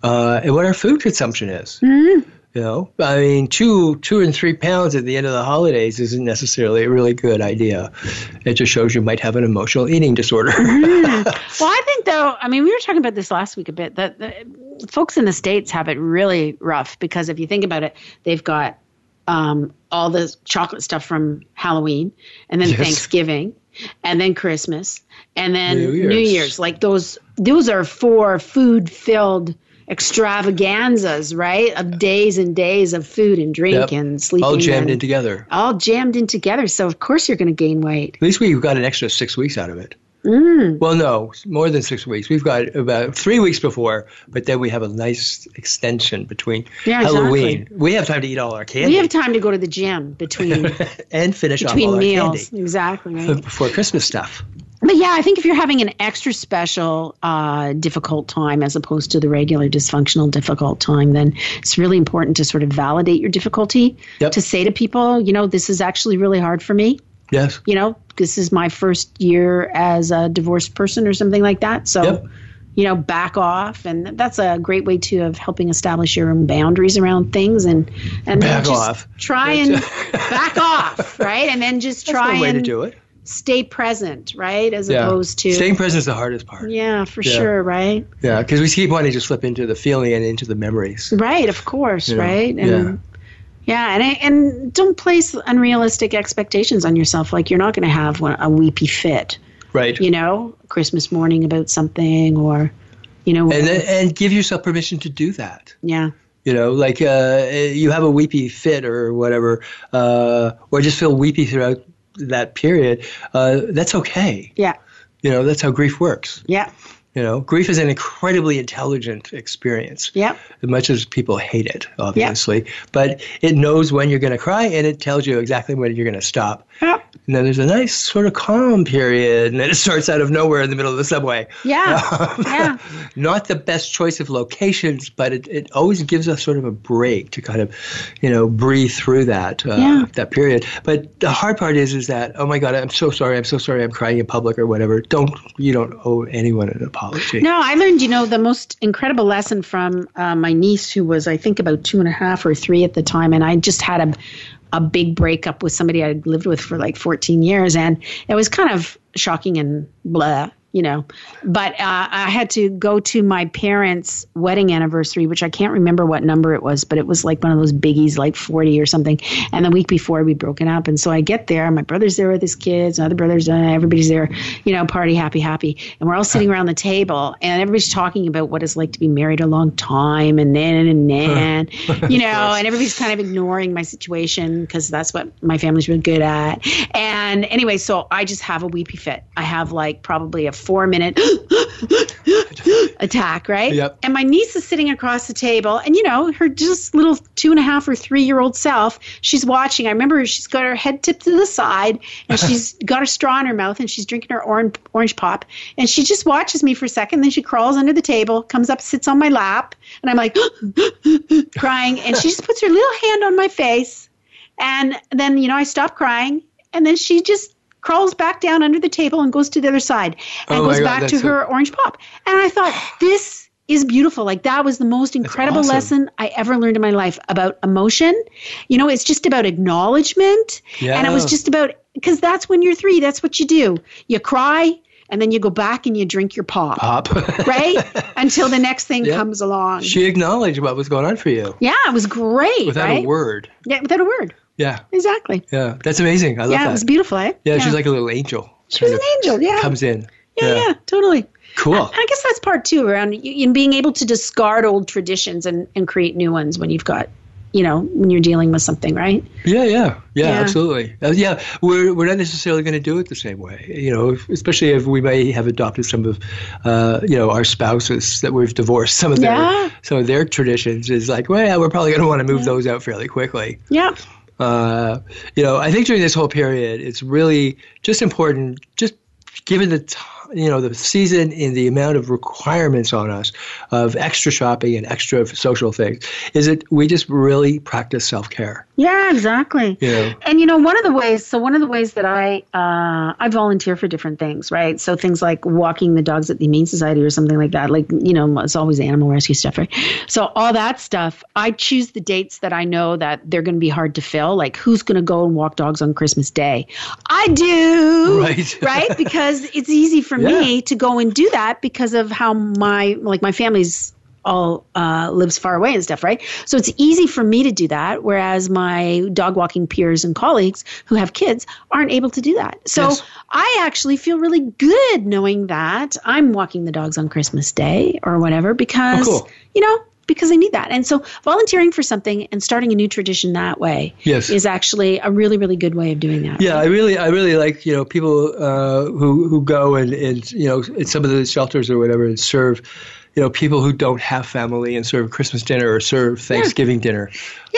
Speaker 2: uh, and what our food consumption is. You know, I mean, two, two and three pounds at the end of the holidays isn't necessarily a really good idea. It just shows you might have an emotional eating disorder.
Speaker 3: Well, I think though, I mean, we were talking about this last week a bit that the folks in the states have it really rough because if you think about it, they've got um, all the chocolate stuff from Halloween and then Thanksgiving and then Christmas and then
Speaker 2: New
Speaker 3: New Year's.
Speaker 2: Year's.
Speaker 3: Like those, those are four food-filled extravaganzas, right? Of days and days of food and drink
Speaker 2: Yep.
Speaker 3: and sleeping,
Speaker 2: All jammed
Speaker 3: and-
Speaker 2: in together. At
Speaker 3: all jammed in together. So of course you're going to gain weight.
Speaker 2: least we've got an extra six weeks out of it.
Speaker 3: Mm.
Speaker 2: Well, no, more than six weeks. We've got about three weeks before, but then we have a nice extension between
Speaker 3: Yeah, exactly.
Speaker 2: Halloween. We have time to eat all our candy
Speaker 3: We have time to go to the gym between
Speaker 2: and finish off all
Speaker 3: between
Speaker 2: our
Speaker 3: meals.
Speaker 2: candy
Speaker 3: Exactly. Right?
Speaker 2: before Christmas stuff.
Speaker 3: but yeah, I think if you're having an extra special, uh, difficult time as opposed to the regular dysfunctional difficult time, then it's really important to sort of validate your difficulty.
Speaker 2: Yep.
Speaker 3: To say to people, you know, this is actually really hard for me.
Speaker 2: Yes.
Speaker 3: You know, this is my first year as a divorced person or something like that. So.
Speaker 2: Yep.
Speaker 3: You know, back off, and that's a great way too of helping establish your own boundaries around things, and and
Speaker 2: Back
Speaker 3: then just
Speaker 2: off.
Speaker 3: try and back off, right? And then just
Speaker 2: That's
Speaker 3: try
Speaker 2: one way
Speaker 3: and
Speaker 2: to do it.
Speaker 3: stay present, right? As opposed to
Speaker 2: Staying present is the hardest part.
Speaker 3: yeah, for sure, right?
Speaker 2: Yeah, because we keep wanting to just flip into the feeling and into the memories.
Speaker 3: Right, of course, right?
Speaker 2: yeah.
Speaker 3: And yeah, and I, and don't place unrealistic expectations on yourself. Like you're not going to have one, a weepy fit,
Speaker 2: Right.
Speaker 3: you know, Christmas morning about something, or you know,
Speaker 2: and then, and give yourself permission to do that.
Speaker 3: yeah,
Speaker 2: You know, like uh, you have a weepy fit or whatever, uh, or just feel weepy throughout that period. Uh, that's okay.
Speaker 3: yeah,
Speaker 2: You know, that's how grief works.
Speaker 3: yeah,
Speaker 2: You know, grief is an incredibly intelligent experience.
Speaker 3: Yep.
Speaker 2: As much as people hate it, obviously, but it knows when you're going to cry and it tells you exactly when you're going to stop.
Speaker 3: yeah.
Speaker 2: And then there's a nice sort of calm period, and then it starts out of nowhere in the middle of the subway.
Speaker 3: Yeah, yeah,
Speaker 2: Not the best choice of locations, but it, it always gives us sort of a break to kind of, you know, breathe through that uh,
Speaker 3: Yeah.
Speaker 2: that period. But the hard part is, is that oh my god, I'm so sorry, I'm so sorry, I'm crying in public or whatever. Don't you don't owe anyone an apology.
Speaker 3: No, I learned, you know, the most incredible lesson from uh, my niece, who was, I think, about two and a half or three at the time. And I just had a, a big breakup with somebody I'd lived with for like 14 years. And it was kind of shocking and blah. you know. But uh, I had to go to my parents' wedding anniversary, which I can't remember what number it was, but it was like one of those biggies, like 40 or something. And the week before we'd broken up. And so I get there, and my brother's there with his kids, and other brother's there, everybody's there, you know, party, happy, happy. And we're all sitting around the table, and everybody's talking about what it's like to be married a long time, and then, and then, you know, and everybody's kind of ignoring my situation because that's what my family's really good at. And anyway, so I just have a weepy fit. I have like probably a four minute attack, right?
Speaker 2: Yep.
Speaker 3: And my niece is sitting across the table, and you know, her just little two and a half or three year old self, she's watching. I remember she's got her head tipped to the side, and she's got her straw in her mouth, and she's drinking her orange orange pop, and she just watches me for a second. Then she crawls under the table, comes up, sits on my lap, and I'm like crying, and she just puts her little hand on my face, and then you know, I stop crying, and then she just crawls back down under the table and goes to the other side and
Speaker 2: Oh my
Speaker 3: goes
Speaker 2: God,
Speaker 3: back to
Speaker 2: that's so-
Speaker 3: her orange pop. And I thought, this is beautiful. Like that was the most incredible
Speaker 2: awesome.
Speaker 3: lesson I ever learned in my life about emotion. You know, it's just about acknowledgement. And it was
Speaker 2: Yeah.
Speaker 3: just about because that's when you're three, that's what you do. You cry and then you go back and you drink your pop.
Speaker 2: Pop.
Speaker 3: Right? Until the next thing comes along.
Speaker 2: she acknowledged what was going on for you
Speaker 3: yeah, it was great.
Speaker 2: without
Speaker 3: right?
Speaker 2: a word.
Speaker 3: Yeah, without a word.
Speaker 2: Yeah.
Speaker 3: Exactly.
Speaker 2: Yeah. That's amazing. I love
Speaker 3: Yeah,
Speaker 2: that.
Speaker 3: it was beautiful, eh?
Speaker 2: yeah, she's like a little angel.
Speaker 3: She was
Speaker 2: kind
Speaker 3: an angel, yeah.
Speaker 2: Comes in.
Speaker 3: yeah, yeah, totally.
Speaker 2: Cool.
Speaker 3: And I guess that's part two around y- in being able to discard old traditions and, and create new ones when you've got, you know, when you're dealing with something, right?
Speaker 2: Yeah, yeah, yeah,
Speaker 3: Yeah.
Speaker 2: absolutely. Uh, yeah, we're, we're not necessarily going to do it the same way, you know, if- especially if we may have adopted some of, uh, you know, our spouses that we've divorced, some of their,
Speaker 3: Yeah.
Speaker 2: some of their traditions is like, well, yeah, we're probably going to want to move those out fairly quickly.
Speaker 3: Yeah.
Speaker 2: Uh, you know, I think during this whole period, it's really just important, just given the t- you know the season and the amount of requirements on us of extra shopping and extra social things, is that we just really practice self care.
Speaker 3: Yeah, exactly.
Speaker 2: You know.
Speaker 3: And you know, one of the ways, so one of the ways that I uh, I volunteer for different things, right? So things like walking the dogs at the Humane Society or something like that. Like you know, it's always animal rescue stuff, right? So all that stuff, I choose the dates that I know that they're going to be hard to fill. Like who's going to go and walk dogs on Christmas Day? I do,
Speaker 2: Right.
Speaker 3: right? Because it's easy for me
Speaker 2: Yeah.
Speaker 3: to go and do that because of how my like my family's all uh, lives far away and stuff, right? So it's easy for me to do that, whereas my dog walking peers and colleagues who have kids aren't able to do that. So
Speaker 2: Yes.
Speaker 3: I actually feel really good knowing that I'm walking the dogs on Christmas Day or whatever because
Speaker 2: Oh, cool.
Speaker 3: you know because I need that. And so volunteering for something and starting a new tradition that way
Speaker 2: Yes.
Speaker 3: is actually a really really good way of doing that.
Speaker 2: Yeah, I really, I really like you know people uh, who who go and and you know in some of the shelters or whatever and serve, you know people who don't have family and serve Christmas dinner or serve Thanksgiving dinner,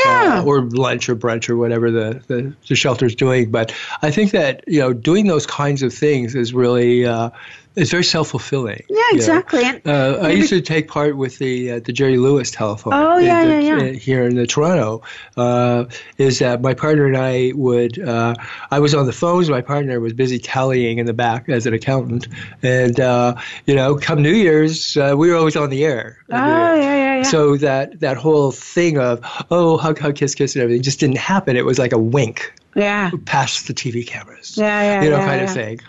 Speaker 3: Yeah.
Speaker 2: uh, or lunch or brunch or whatever the, the the shelter's doing. But I think that you know doing those kinds of things is really uh, it's very self fulfilling.
Speaker 3: Yeah, exactly. And-
Speaker 2: Uh, I used to take part with the uh, the Jerry Lewis telephone.
Speaker 3: Oh,
Speaker 2: in
Speaker 3: yeah,
Speaker 2: the-
Speaker 3: yeah, yeah.
Speaker 2: in- Here in the Toronto, uh, is that my partner and I would uh, I was on the phones. My partner was busy tallying in the back as an accountant, and uh, you know, come New Year's, uh, we were always on the air.
Speaker 3: Oh, yeah, yeah, yeah.
Speaker 2: So that that whole thing of oh hug hug kiss kiss and everything just didn't happen. It was like a wink
Speaker 3: yeah.
Speaker 2: past the TV cameras.
Speaker 3: Yeah, yeah,
Speaker 2: you know,
Speaker 3: yeah,
Speaker 2: kind
Speaker 3: yeah.
Speaker 2: of thing.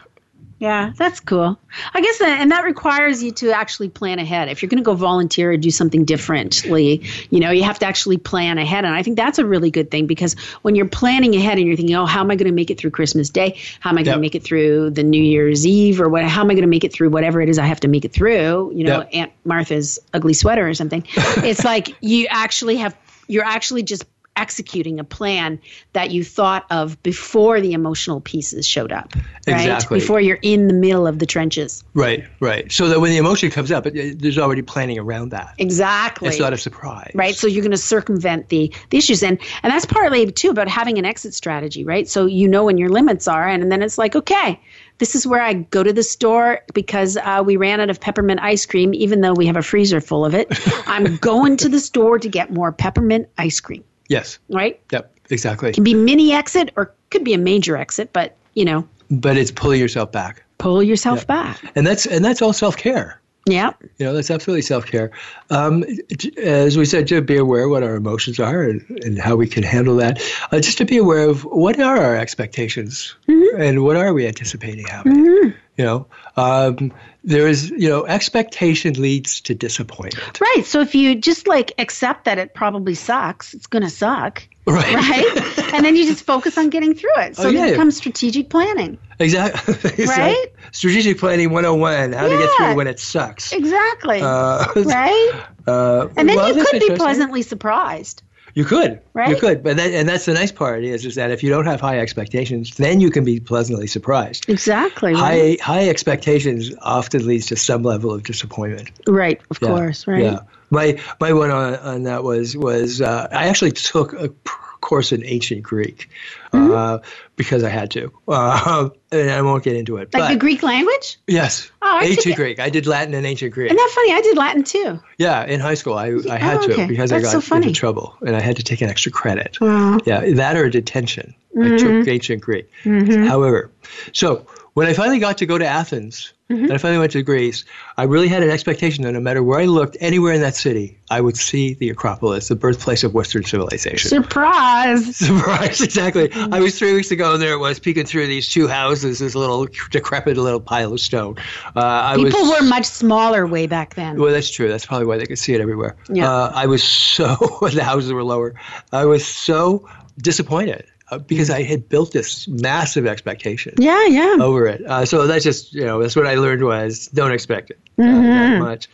Speaker 3: Yeah, that's cool. I guess that, and that requires you to actually plan ahead. If you're going to go volunteer or do something differently, you know, you have to actually plan ahead. And I think that's a really good thing because when you're planning ahead and you're thinking, oh, how am I going to make it through Christmas Day? How am I going
Speaker 2: Yep.
Speaker 3: to make it through the New Year's Eve? Or what? How am I going to make it through whatever it is I have to make it through? You know,
Speaker 2: Yep.
Speaker 3: Aunt Martha's ugly sweater or something. it's like you actually have, you're actually just executing a plan that you thought of before the emotional pieces showed up right
Speaker 2: Exactly.
Speaker 3: before you're in the middle of the trenches
Speaker 2: Right, right. So that when the emotion comes up, it, it- there's already planning around that.
Speaker 3: exactly
Speaker 2: It's not a surprise.
Speaker 3: right so you're going to circumvent the, the issues and and that's partly too about having an exit strategy right so you know when your limits are and, and then it's like okay this is where i go to the store because uh, we ran out of peppermint ice cream even though we have a freezer full of it i'm going to the store to get more peppermint ice cream
Speaker 2: Yes.
Speaker 3: right
Speaker 2: Yep. Exactly.
Speaker 3: can be mini exit or could be a major exit but you know
Speaker 2: But it's pulling yourself back,
Speaker 3: pull yourself back
Speaker 2: and that's and that's all self care.
Speaker 3: yeah
Speaker 2: You know, that's absolutely self care. Um, j- as we said, to be aware what our emotions are and, and how we can handle that. Uh,
Speaker 3: Mm-hmm.
Speaker 2: just to be aware of what are our expectations and what are we anticipating happening. You know, um, there is, you know, expectation leads to disappointment.
Speaker 3: Right. So if you just like accept that it probably sucks, it's going to suck.
Speaker 2: Right.
Speaker 3: Right. and then you just focus on getting through it. So
Speaker 2: Oh,
Speaker 3: then
Speaker 2: yeah.
Speaker 3: comes strategic planning.
Speaker 2: Exactly.
Speaker 3: Right?
Speaker 2: Strategic planning 101, how to get
Speaker 3: Yeah.
Speaker 2: through when it sucks.
Speaker 3: Exactly.
Speaker 2: Uh,
Speaker 3: right.
Speaker 2: uh,
Speaker 3: And then
Speaker 2: well,
Speaker 3: you
Speaker 2: that's
Speaker 3: could be
Speaker 2: interesting.
Speaker 3: pleasantly surprised.
Speaker 2: You could, You
Speaker 3: Right?
Speaker 2: could, but that, and that's the nice part is is that if you don't have high expectations, then you can be pleasantly
Speaker 3: Mm-hmm.
Speaker 2: surprised.
Speaker 3: Exactly. Right.
Speaker 2: High high expectations often leads to some level of disappointment.
Speaker 3: right. Of
Speaker 2: Yeah,
Speaker 3: course. Right.
Speaker 2: Yeah. My my one on, on that was was uh, I actually took a p- course in ancient Greek uh, because I had to, uh, and I won't get into it.
Speaker 3: Mm-hmm. Like
Speaker 2: but
Speaker 3: the Greek language.
Speaker 2: yes,
Speaker 3: Oh, I took
Speaker 2: ancient
Speaker 3: it-
Speaker 2: Greek. I did Latin and ancient Greek.
Speaker 3: Isn't that funny? I did Latin too.
Speaker 2: Yeah, in high school, I, I had
Speaker 3: Oh, okay.
Speaker 2: to because
Speaker 3: That's
Speaker 2: I
Speaker 3: so
Speaker 2: got
Speaker 3: funny.
Speaker 2: into trouble and I had to take an extra credit. Yeah, that or detention.
Speaker 3: Mm-hmm.
Speaker 2: I took ancient Greek. However, so when I finally got to go to Athens
Speaker 3: Mm-hmm.
Speaker 2: and I finally went to Greece, I really had an expectation that no matter where I looked, anywhere in that city, I would see the Acropolis, the birthplace of Western civilization.
Speaker 3: Surprise.
Speaker 2: Surprise, exactly. I was three weeks ago, and there it was, peeking through these two houses, this little decrepit little pile of stone. Uh, I
Speaker 3: People
Speaker 2: was,
Speaker 3: were much smaller way back then.
Speaker 2: well, that's true. That's probably why they could see it everywhere.
Speaker 3: Yeah.
Speaker 2: Uh, I was so the houses were lower. I was so disappointed uh, because I had built this massive expectation
Speaker 3: yeah. Yeah.
Speaker 2: over it. Uh, so that's just you know that's what I learned was don't expect it uh,
Speaker 3: Mm-hmm.
Speaker 2: that much.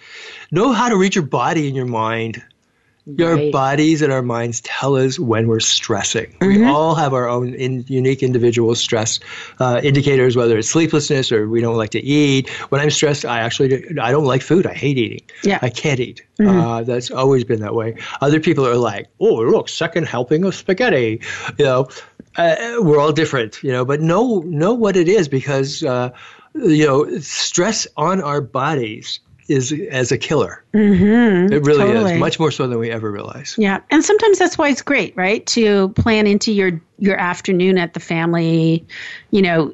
Speaker 2: Know how to read your body and your mind. Your
Speaker 3: Right.
Speaker 2: bodies and our minds tell us when we're stressing.
Speaker 3: Mm-hmm.
Speaker 2: We all have our own in, unique individual stress uh, indicators, whether it's sleeplessness or we don't like to eat. When I'm stressed, I actually do- I don't like food. I hate eating.
Speaker 3: Yeah. Mm-hmm.
Speaker 2: I can't eat. Uh, that's always been that way. Other people are like, oh look, second helping of spaghetti. You know, uh, we're all different. You know, but know know what it is because uh, you know stress on our bodies is as a killer. It really
Speaker 3: Mm-hmm. Totally.
Speaker 2: is much more so than we ever realize.
Speaker 3: Yeah, and sometimes that's why it's great, right? To plan into your your afternoon at the family, you know,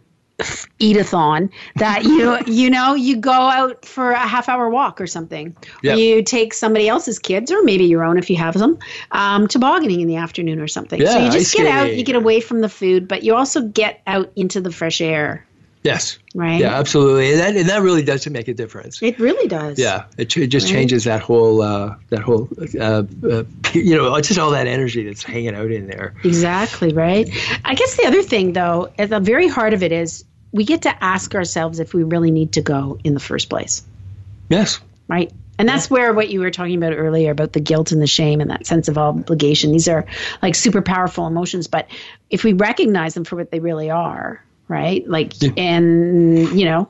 Speaker 3: eat-a-thon that you you know you go out for a half hour walk or something.
Speaker 2: Yeah.
Speaker 3: You take somebody else's kids or maybe your own if you have them um, tobogganing in the afternoon or something. so
Speaker 2: Yeah,
Speaker 3: you
Speaker 2: ice
Speaker 3: just get out,
Speaker 2: skating.
Speaker 3: you get away from the food, but you also get out into the fresh air,
Speaker 2: Yes.
Speaker 3: right?
Speaker 2: Yeah, absolutely. And that and that really does make a difference.
Speaker 3: It really does.
Speaker 2: Yeah, it, ch- it just changes that whole uh, that whole uh, uh, you know it's just all that energy that's hanging out in there.
Speaker 3: Exactly, right? I guess the other thing, though, at the very heart of it is we get to ask ourselves if we really need to go in the first place,
Speaker 2: Yes.
Speaker 3: right? And that's where what you were talking about earlier about the guilt and the shame and that sense of obligation. These are like super powerful emotions, but if we recognize them for what they really are, right? Like, and, you know,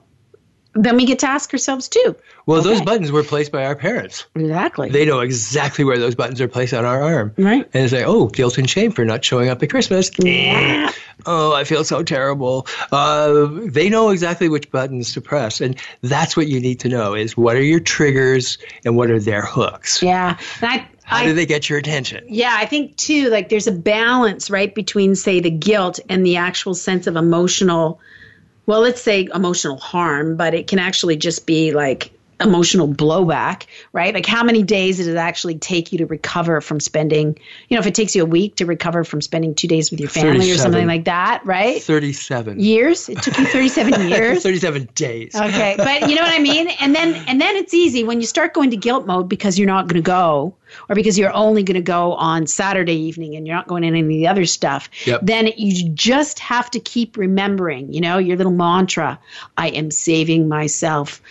Speaker 3: then we get to ask ourselves too.
Speaker 2: Well, those
Speaker 3: Okay.
Speaker 2: buttons were placed by our parents.
Speaker 3: Exactly.
Speaker 2: They know exactly where those buttons are placed on our arm.
Speaker 3: Right.
Speaker 2: And it's like, oh, guilt and shame for not showing up at Christmas. Eh. Oh, I feel so terrible. Uh, they know exactly which buttons to press, and that's what you need to know: is what are your triggers and what are their hooks.
Speaker 3: yeah. And I,
Speaker 2: How
Speaker 3: I
Speaker 2: do they get your attention?
Speaker 3: Yeah, I think too, like there's a balance, right, between say the guilt and the actual sense of emotional, well, let's say emotional harm, but it can actually just be like emotional blowback, right? Like how many days does it actually take you to recover from spending, you know, if it takes you a week to recover from spending two days with your family or
Speaker 2: 37.
Speaker 3: something like that, right?
Speaker 2: Thirty-seven.
Speaker 3: Years? It took you 37 years.
Speaker 2: Thirty-seven days.
Speaker 3: Okay, but you know what I mean. And then and then it's easy when you start going to guilt mode because you're not going to go, or because you're only going to go on Saturday evening and you're not going in any of the other stuff.
Speaker 2: Yep.
Speaker 3: Then you just have to keep remembering, you know, your little mantra: I am saving myself.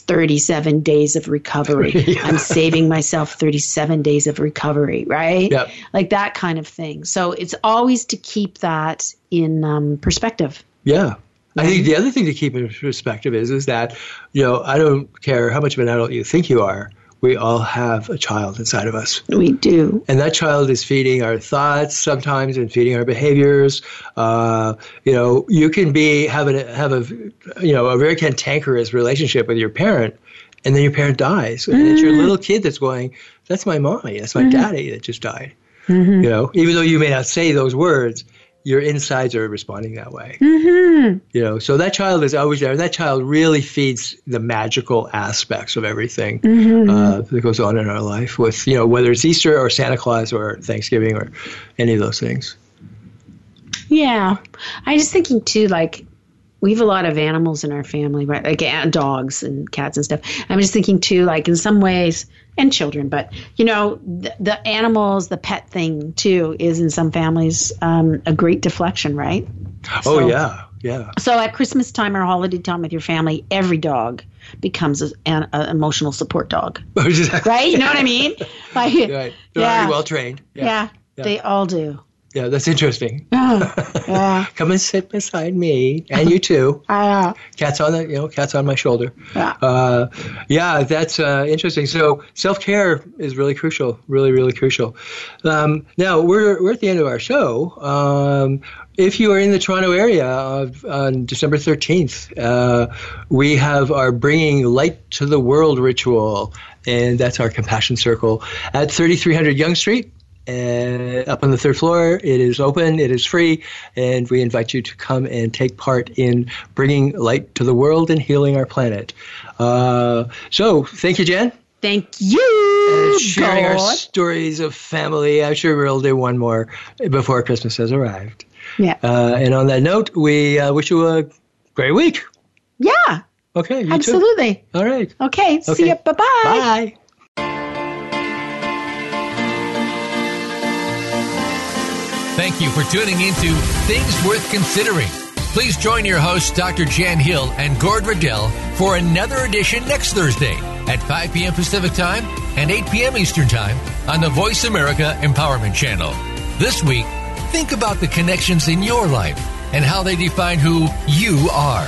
Speaker 3: 37 days of recovery. I'm saving myself 37 days of recovery, right?
Speaker 2: Yep.
Speaker 3: Like that kind of thing. So it's always to keep that in um, perspective.
Speaker 2: Yeah. I think the other thing to keep in perspective is is that, you know, I don't care how much of an adult you think you are, we all have a child inside of us.
Speaker 3: We do.
Speaker 2: And that child is feeding our thoughts sometimes and feeding our behaviors. Uh, you know, you can be have a have a you know, a very cantankerous relationship with your parent and then your parent dies. And it's your little kid that's going, That's my mommy, that's my daddy that just died. You know, even though you may not say those words, your insides are responding that way. You know, so that child is always there. That child really feeds the magical aspects of everything
Speaker 3: Mm-hmm.
Speaker 2: uh, that goes on in our life. With you know, whether it's Easter or Santa Claus or Thanksgiving or any of those things.
Speaker 3: Yeah. I was thinking too, like, we have a lot of animals in our family, right? Like uh, dogs and cats and stuff. I'm just thinking too, like in some ways, and children, but you know, the, the animals, the pet thing too, is in some families um, a great deflection, right?
Speaker 2: Oh yeah, yeah.
Speaker 3: So at Christmas time or holiday time with your family, every dog becomes a- an a emotional support dog,
Speaker 2: Exactly.
Speaker 3: right? You know what I mean? Like,
Speaker 2: Right. They're
Speaker 3: yeah,
Speaker 2: already well trained. Yeah.
Speaker 3: yeah, they all do.
Speaker 2: Yeah, that's interesting.
Speaker 3: Oh, Yeah,
Speaker 2: Come and sit beside me, and you too.
Speaker 3: I, uh,
Speaker 2: Cat's on the, you know, cat's on my shoulder.
Speaker 3: yeah.
Speaker 2: Uh, yeah, that's uh, interesting. So self care is really crucial, really, really crucial. Um, now we're we're at the end of our show. Um, if you are in the Toronto area of, on December thirteenth, uh, we have our bringing light to the world ritual, and that's our compassion circle at thirty three hundred Young Street. Uh, up on the third floor, it is open, it is free, and we invite you to come and take part in bringing light to the world and healing our planet. Uh, so, thank you, Jen,
Speaker 3: Thank you.
Speaker 2: for sharing our
Speaker 3: God.
Speaker 2: stories of family. I'm sure we'll do one more before Christmas has arrived.
Speaker 3: Yeah.
Speaker 2: Uh, and on that note, we uh, wish you a great week.
Speaker 3: yeah.
Speaker 2: Okay, you
Speaker 3: Absolutely.
Speaker 2: too. All right.
Speaker 3: Okay.
Speaker 2: Okay.
Speaker 3: See you. Bye-bye.
Speaker 2: Bye.
Speaker 1: Thank you for tuning into Things Worth Considering. Please join your hosts, Dr. Jan Hill and Gord Riddell, for another edition next Thursday at 5 p.m. Pacific Time and 8 p.m. Eastern Time on the Voice America Empowerment Channel. This week, think about the connections in your life and how they define who you are.